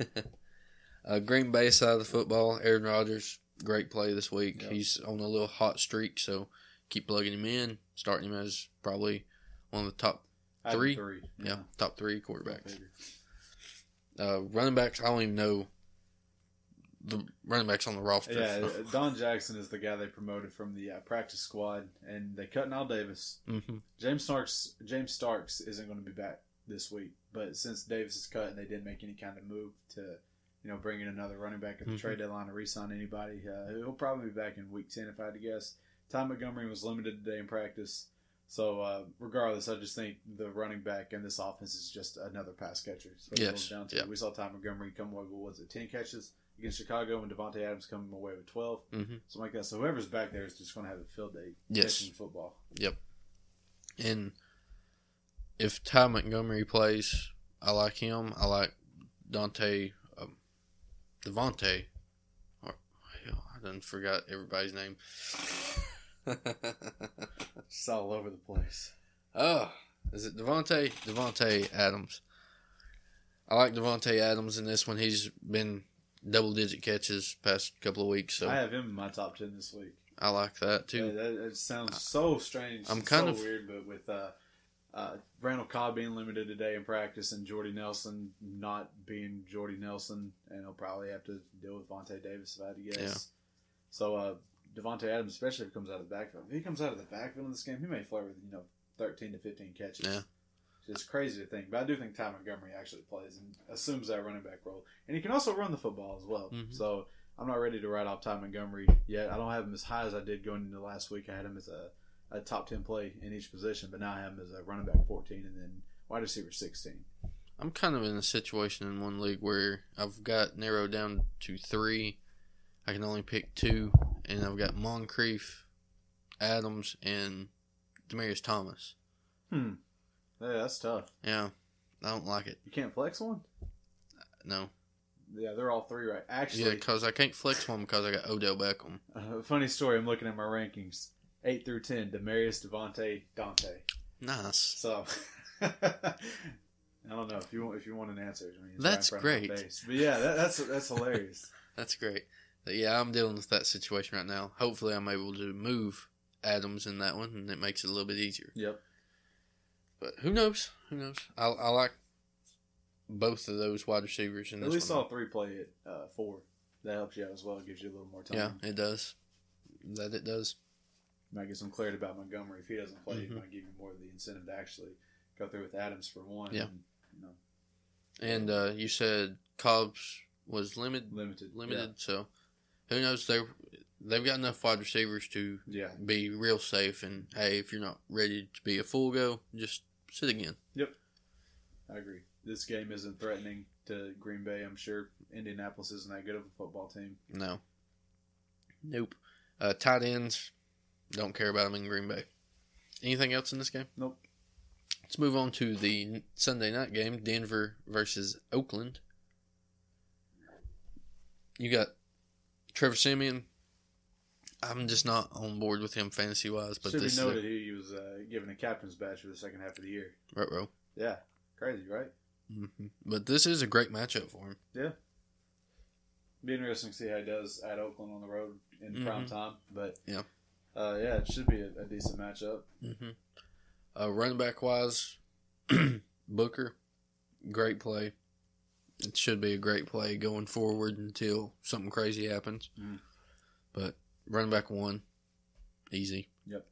Speaker 1: Uh, Green Bay side of the football, Aaron Rodgers, great play this week.
Speaker 2: Yep.
Speaker 1: He's on a little hot streak, so keep plugging him in, starting him as probably one of the top,
Speaker 2: I have
Speaker 1: Three?
Speaker 2: three,
Speaker 1: yeah, top three quarterbacks.
Speaker 2: Figure.
Speaker 1: Uh, running backs, I don't even know the running backs on the roster.
Speaker 2: Yeah, Don Jackson is the guy they promoted from the uh, practice squad, and they cut Al Davis.
Speaker 1: hmm
Speaker 2: James Starks James Starks isn't going to be back this week, but since Davis is cut and they didn't make any kind of move to, you know, bring in another running back at the
Speaker 1: Mhm.
Speaker 2: trade deadline or re-sign anybody, uh, he'll probably be back in week ten if I had to guess. Ty Montgomery was limited today in practice, so uh, regardless, I just think the running back in this offense is just another pass catcher. So it
Speaker 1: Yes,
Speaker 2: comes down to
Speaker 1: yeah.
Speaker 2: we saw Ty Montgomery come away with what was it ten catches against Chicago, and Devontae Adams coming away with twelve,
Speaker 1: hmm
Speaker 2: something like that. So whoever's back there is just going to have a field day
Speaker 1: Yes.
Speaker 2: catching football.
Speaker 1: Yep. And if Ty Montgomery plays, I like him. I like Dante, um, Devontae. Or, hell, I done forgot everybody's name.
Speaker 2: Just all over the place.
Speaker 1: Oh, Is it Devonte? Devonte Adams. I like Devonte Adams in this one. He's been double digit catches past couple of weeks, so
Speaker 2: I
Speaker 1: I,
Speaker 2: have him in my top ten this week.
Speaker 1: like that too.
Speaker 2: Yeah, that, that sounds so strange.
Speaker 1: I'm
Speaker 2: and
Speaker 1: kind
Speaker 2: so
Speaker 1: of-
Speaker 2: weird, but with uh, uh, Randall Cobb being limited today in practice and Jordy Nelson not being Jordy Nelson, and he'll probably have to deal with Vontae Davis if I had to guess.
Speaker 1: Yeah.
Speaker 2: So uh, Devontae Adams, especially if he comes out of the backfield, if he comes out of the backfield in this game, he may flirt with you know 13 to 15 catches.
Speaker 1: Yeah.
Speaker 2: It's crazy to think, but I do think Ty Montgomery actually plays and assumes that running back role, and he can also run the football as well.
Speaker 1: Mhm.
Speaker 2: So I'm not ready to write off Ty Montgomery yet. I don't have him as high as I did going into last week. I had him as a, a top 10 play in each position, but now I have him as a running back 14 and then wide receiver 16.
Speaker 1: I'm kind of in a situation in one league where I've got narrowed down to three. I can only pick two, and I've got Moncrief, Adams, and Demarius Thomas.
Speaker 2: Hmm. Yeah, that's tough.
Speaker 1: Yeah, I don't like it.
Speaker 2: You can't flex one?
Speaker 1: No,
Speaker 2: Yeah, they're all three right.
Speaker 1: yeah,
Speaker 2: Actually,
Speaker 1: because I can't flex one because I got Odell Beckham.
Speaker 2: uh, funny story. I'm looking at my rankings 8 through 10, Demarius, Devontae, Dante.
Speaker 1: Nice.
Speaker 2: So I don't know if you want, if you want an answer. I mean, it's
Speaker 1: That's
Speaker 2: in front of my
Speaker 1: great.
Speaker 2: face. But yeah, that, that's that's hilarious.
Speaker 1: That's great. But yeah, I'm dealing with that situation right now. Hopefully, I'm able to move Adams in that one, and it makes it a little bit easier.
Speaker 2: yep.
Speaker 1: But who knows? Who knows? I, I like both of those wide receivers. In
Speaker 2: At
Speaker 1: this
Speaker 2: least
Speaker 1: one.
Speaker 2: all three play at uh, four. That helps you out as well. It gives you a little more time.
Speaker 1: Yeah, it does. That it does.
Speaker 2: Might get some clarity about Montgomery if he doesn't play. It
Speaker 1: Mhm.
Speaker 2: might give you more of the incentive to actually go through with Adams for one.
Speaker 1: Yeah.
Speaker 2: And, you know,
Speaker 1: And uh, you said Cobbs was limited,
Speaker 2: limited.
Speaker 1: limited. So who knows? They they've got enough wide receivers to
Speaker 2: Yeah. yeah.
Speaker 1: be real safe. And hey, if you're not ready to be a full go, just sit again.
Speaker 2: I agree. This game isn't threatening to Green Bay. I'm sure Indianapolis isn't that good of a football team.
Speaker 1: No. Nope. Uh, tight ends. Don't care about them in Green Bay. Anything else in this game?
Speaker 2: Nope.
Speaker 1: Let's move on to the n- Sunday night game Denver versus Oakland. You got Trevor Simeon. I'm just not on board with him fantasy wise, but
Speaker 2: Should be
Speaker 1: this is
Speaker 2: noted
Speaker 1: a,
Speaker 2: he was uh, given a captain's badge for the second half of the year.
Speaker 1: right, row.
Speaker 2: Yeah, crazy, right? Mm-hmm.
Speaker 1: hmm But this is a great matchup for him.
Speaker 2: Yeah. Be interesting to see how he does at Oakland on the road in prime
Speaker 1: Mhm.
Speaker 2: time. But
Speaker 1: Yeah.
Speaker 2: uh, yeah, it should be a, a decent matchup.
Speaker 1: Mm-hmm. Uh, running back wise, Booker, great play. It should be a great play going forward until something crazy happens.
Speaker 2: Mm.
Speaker 1: But running back one, easy.
Speaker 2: Yep.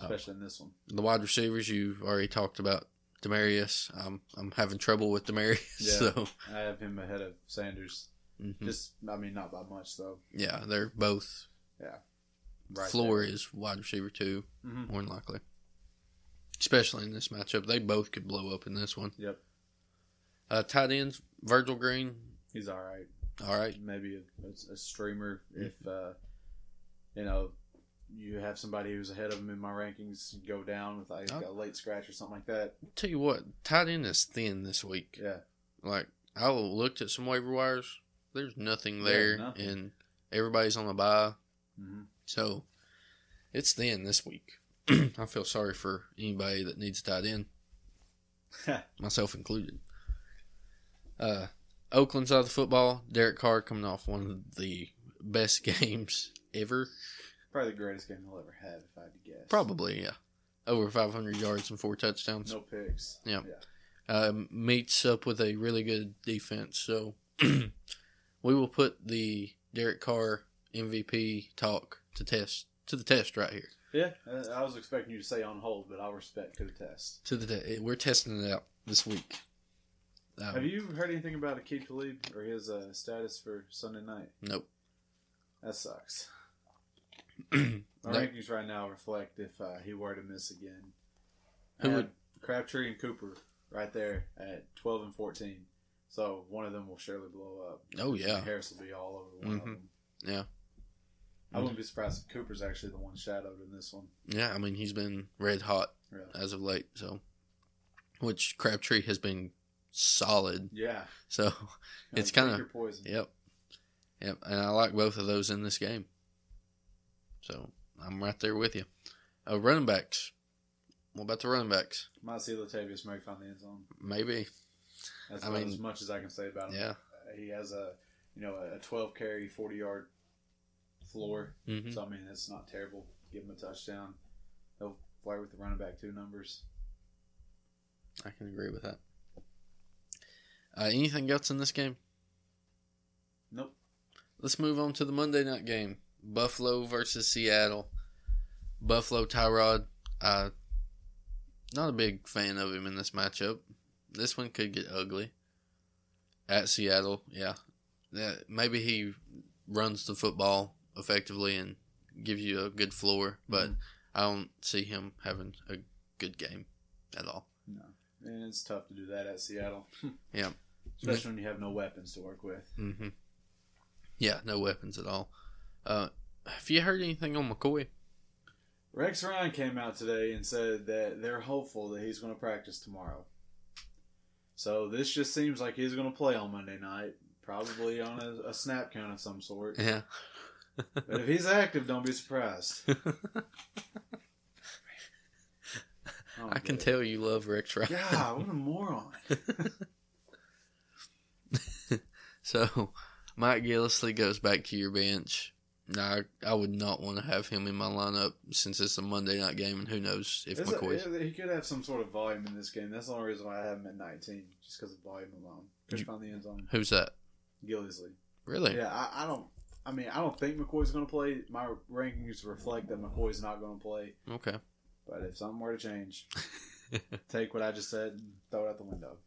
Speaker 1: Oh.
Speaker 2: Especially in this one.
Speaker 1: The wide receivers you've already talked about. Demarius, I'm I'm having trouble with Demarius.
Speaker 2: Yeah. Mm-hmm.
Speaker 1: So
Speaker 2: I have him ahead of Sanders.
Speaker 1: mhm.
Speaker 2: Just, I mean, not by much though.
Speaker 1: yeah, they're both.
Speaker 2: Right
Speaker 1: Floor is wide receiver two,
Speaker 2: hmm
Speaker 1: more than likely. Especially in this matchup, they both could blow up in this one.
Speaker 2: Yep.
Speaker 1: Uh, tight ends, Virgil Green.
Speaker 2: He's all right.
Speaker 1: All right.
Speaker 2: Maybe a, a, a streamer
Speaker 1: Hmm.
Speaker 2: if uh, you know you have somebody who's ahead of him in my rankings go down with like
Speaker 1: Oh.
Speaker 2: a late scratch or something like that.
Speaker 1: Tell you what, tight end is thin this week.
Speaker 2: Yeah.
Speaker 1: Like I looked at some waiver wires. There's nothing there,
Speaker 2: nothing.
Speaker 1: and everybody's on the buy,
Speaker 2: hmm
Speaker 1: so it's thin this week. I feel sorry for anybody that needs a tight end, myself included. Uh, Oakland side of the football, Derek Carr coming off one of the best games ever,
Speaker 2: Probably the greatest game he'll ever have if I had to guess.
Speaker 1: probably. Yeah, over 500 yards and four touchdowns.
Speaker 2: No picks.
Speaker 1: Yeah. um, meets up with a really good defense. So we will put the Derek Carr MVP talk to test to the test right here.
Speaker 2: Yeah, uh, I was expecting you to say on hold, but I'll respect to the test.
Speaker 1: To the te- we're testing it out this week. Um,
Speaker 2: Have you heard anything about Akeem Talib or his uh, status for Sunday night?
Speaker 1: Nope.
Speaker 2: That sucks. My
Speaker 1: Nope.
Speaker 2: rankings right now reflect if uh, he were to miss again.
Speaker 1: Who
Speaker 2: I
Speaker 1: would-
Speaker 2: had Crabtree and Cooper right there at twelve and fourteen. So one of them will surely blow up.
Speaker 1: Oh yeah,
Speaker 2: Harris will be all over one
Speaker 1: Mhm.
Speaker 2: of them.
Speaker 1: Yeah.
Speaker 2: I wouldn't be surprised if Cooper's actually the one shadowed in this one.
Speaker 1: yeah. I mean he's been red hot
Speaker 2: Yeah.
Speaker 1: as of late. So, which Crabtree has been solid.
Speaker 2: Yeah,
Speaker 1: So, It's
Speaker 2: Pick
Speaker 1: kinda-
Speaker 2: your poison.
Speaker 1: yep, yep. And I like both of those in this game. So I'm right there with you. Uh, running Oh, backs. What about the running backs?
Speaker 2: Might see Latavius Murray find the end zone.
Speaker 1: Maybe.
Speaker 2: That's
Speaker 1: I
Speaker 2: about
Speaker 1: mean-
Speaker 2: as much as I can say about him.
Speaker 1: Yeah.
Speaker 2: Uh, he has a you know a 12 carry, 40 yard floor.
Speaker 1: Mhm.
Speaker 2: So I mean that's not terrible. Give him a touchdown. He'll fly with the running back two numbers.
Speaker 1: I can agree with that. Uh, anything else in this game?
Speaker 2: Nope.
Speaker 1: Let's move on to the Monday night game Buffalo versus Seattle. Buffalo Tyrod, uh, not a big fan of him in this matchup. This one could get ugly. At Seattle, yeah. Yeah, maybe he runs the football effectively and gives you a good floor, but I don't see him having a good game at all.
Speaker 2: No, and it's tough to do that at Seattle,
Speaker 1: Yeah.
Speaker 2: especially when you have no weapons to work with.
Speaker 1: hmm Yeah, no weapons at all. Uh, have you heard anything on McCoy?
Speaker 2: Rex Ryan came out today and said that they're hopeful that he's going to practice tomorrow. So this just seems like he's going to play on Monday night, probably on a, a snap count of some sort.
Speaker 1: Yeah.
Speaker 2: But if he's active, don't be surprised. Oh,
Speaker 1: I can
Speaker 2: good.
Speaker 1: tell you love Rex Ryan.
Speaker 2: God, what a moron!
Speaker 1: So, Mike Gillisley goes back to your bench. No, I, I would not want to have him in my lineup since it's a Monday night game, and who knows if
Speaker 2: It's a-
Speaker 1: McCoy's.
Speaker 2: he could have some sort of volume in this game. That's the only reason why I have him at 19, just because of volume alone. Could
Speaker 1: You-
Speaker 2: find the end zone.
Speaker 1: Who's that?
Speaker 2: Gillisley.
Speaker 1: Really?
Speaker 2: Yeah, I, I don't. I mean, I don't think McCoy's going to play. My rankings reflect that McCoy's not going to play.
Speaker 1: Okay.
Speaker 2: But if something were to change, take what I just said and throw it out the window.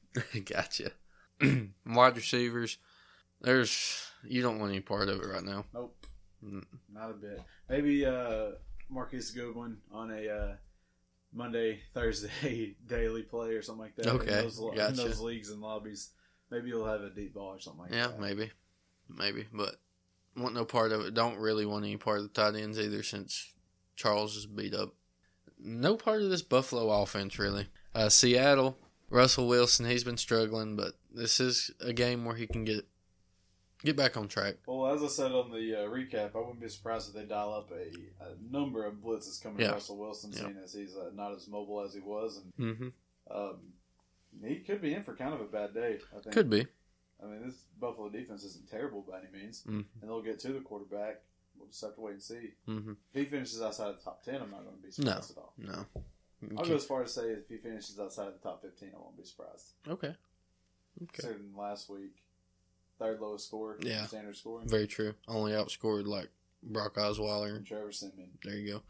Speaker 1: gotcha. Wide receivers. There's you don't want any part of it right now.
Speaker 2: Nope,
Speaker 1: Mm.
Speaker 2: not a bit. Maybe uh, Marquise Goodwin on a uh, Monday, Thursday daily play or something like that.
Speaker 1: Okay,
Speaker 2: in those, lo-
Speaker 1: gotcha.
Speaker 2: in those leagues and lobbies, maybe you'll have a deep ball or something like
Speaker 1: Yeah,
Speaker 2: that.
Speaker 1: maybe, maybe, but want no part of it. Don't really want any part of the tight ends either, since Charles is beat up. No part of this Buffalo offense really. Uh, Seattle, Russell Wilson, he's been struggling, but this is a game where he can get get back on track.
Speaker 2: Well, as I said on the uh, recap, I wouldn't be surprised if they dial up a, a number of blitzes coming
Speaker 1: Yeah.
Speaker 2: to Russell Wilson,
Speaker 1: Yeah.
Speaker 2: seeing as he's uh, not as mobile as he was, and
Speaker 1: Mm-hmm.
Speaker 2: um, he could be in for kind of a bad day. I think
Speaker 1: Could be.
Speaker 2: I mean, this Buffalo defense isn't terrible by any means,
Speaker 1: Mhm.
Speaker 2: and they'll get to the quarterback. We'll just have to wait and see.
Speaker 1: Mm-hmm.
Speaker 2: If he finishes outside of the top ten, I'm not going to be surprised at all.
Speaker 1: No.
Speaker 2: I'll
Speaker 1: Okay.
Speaker 2: go as far as say if he finishes outside of the top fifteen, I won't be surprised.
Speaker 1: okay. Okay.
Speaker 2: Considering last week, third lowest score,
Speaker 1: Yeah.
Speaker 2: standard score,
Speaker 1: Very true. Only outscored like Brock Osweiler
Speaker 2: and Trevor Simeon.
Speaker 1: There you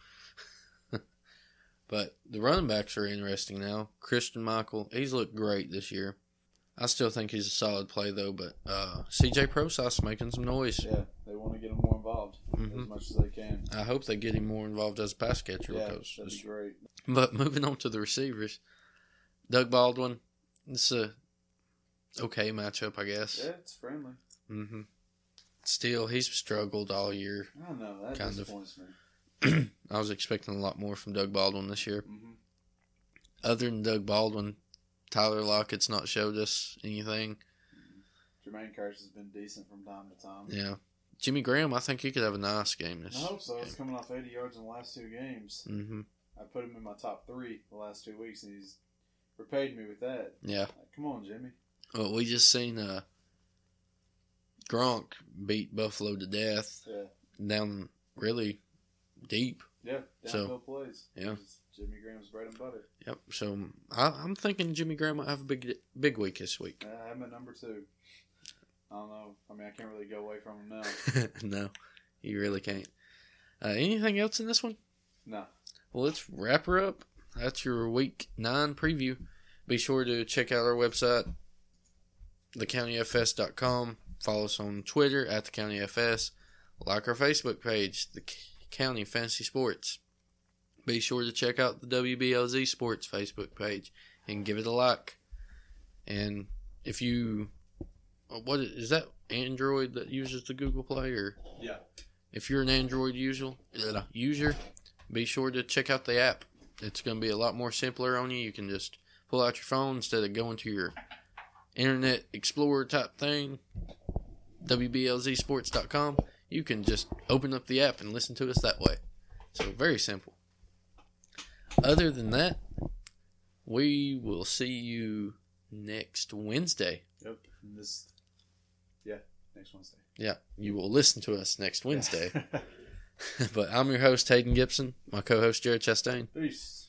Speaker 1: go. but the running backs are interesting now. Christian Michael, he's looked great this year. I still think he's a solid play though, but uh, CJ Process making some noise.
Speaker 2: Yeah, they want to get him more involved
Speaker 1: Mhm.
Speaker 2: as much as they can.
Speaker 1: I hope they get him more involved as a pass catcher.
Speaker 2: Yeah,
Speaker 1: because
Speaker 2: that'd be
Speaker 1: it's-
Speaker 2: great.
Speaker 1: but moving on to the receivers, Doug Baldwin. It's a okay matchup, I guess.
Speaker 2: Yeah, it's friendly.
Speaker 1: hmm Still, he's struggled all year.
Speaker 2: I don't know. That
Speaker 1: Kind of.
Speaker 2: disappoints me.
Speaker 1: I was expecting a lot more from Doug Baldwin this year.
Speaker 2: Mhm.
Speaker 1: other than Doug Baldwin, Tyler Lockett's not showed us anything.
Speaker 2: Jermaine Curse has been decent from time to time.
Speaker 1: Yeah. Jimmy Graham, I think he could have a nice game
Speaker 2: I
Speaker 1: this.
Speaker 2: hope so. He's coming off 80 yards in the last two games.
Speaker 1: Mm-hmm.
Speaker 2: I put him in my top three the last two weeks, and he's repaid me with that.
Speaker 1: Yeah.
Speaker 2: Like, come on, Jimmy.
Speaker 1: Well, we just seen uh, Gronk beat Buffalo to death
Speaker 2: Yeah,
Speaker 1: down really deep.
Speaker 2: yeah.
Speaker 1: So-
Speaker 2: Downhill plays.
Speaker 1: Yeah.
Speaker 2: It's Jimmy Graham's bread and butter.
Speaker 1: Yep. So I, I'm thinking Jimmy Graham might have a big big week this week.
Speaker 2: I have him at number two. I don't know. I mean, I can't really go away from him now.
Speaker 1: no, you really can't. Uh, anything else in this one?
Speaker 2: no.
Speaker 1: Well, let's wrap her up. That's your week nine preview. Be sure to check out our website, thecountyfs.com. Follow us on Twitter at thecountyfs. Like our Facebook page, The C- County Fantasy Sports. Be sure to check out the WBLZ Sports Facebook page and give it a like. And if you, uh, what is is that Android that uses the Google Play or?
Speaker 2: Yeah.
Speaker 1: If you're an Android user, uh, user, be sure to check out the app. It's going to be a lot more simpler on you. You can just pull out your phone instead of going to your Internet Explorer type thing, WBLZSports.com. You can just open up the app and listen to us that way. So, very simple. Other than that, We will see you next Wednesday.
Speaker 2: Yep. And This, yeah, next Wednesday.
Speaker 1: Yeah, you will listen to us next Wednesday. but I'm your host, Hayden Gibson, my co host, Jared Chastain.
Speaker 2: Peace.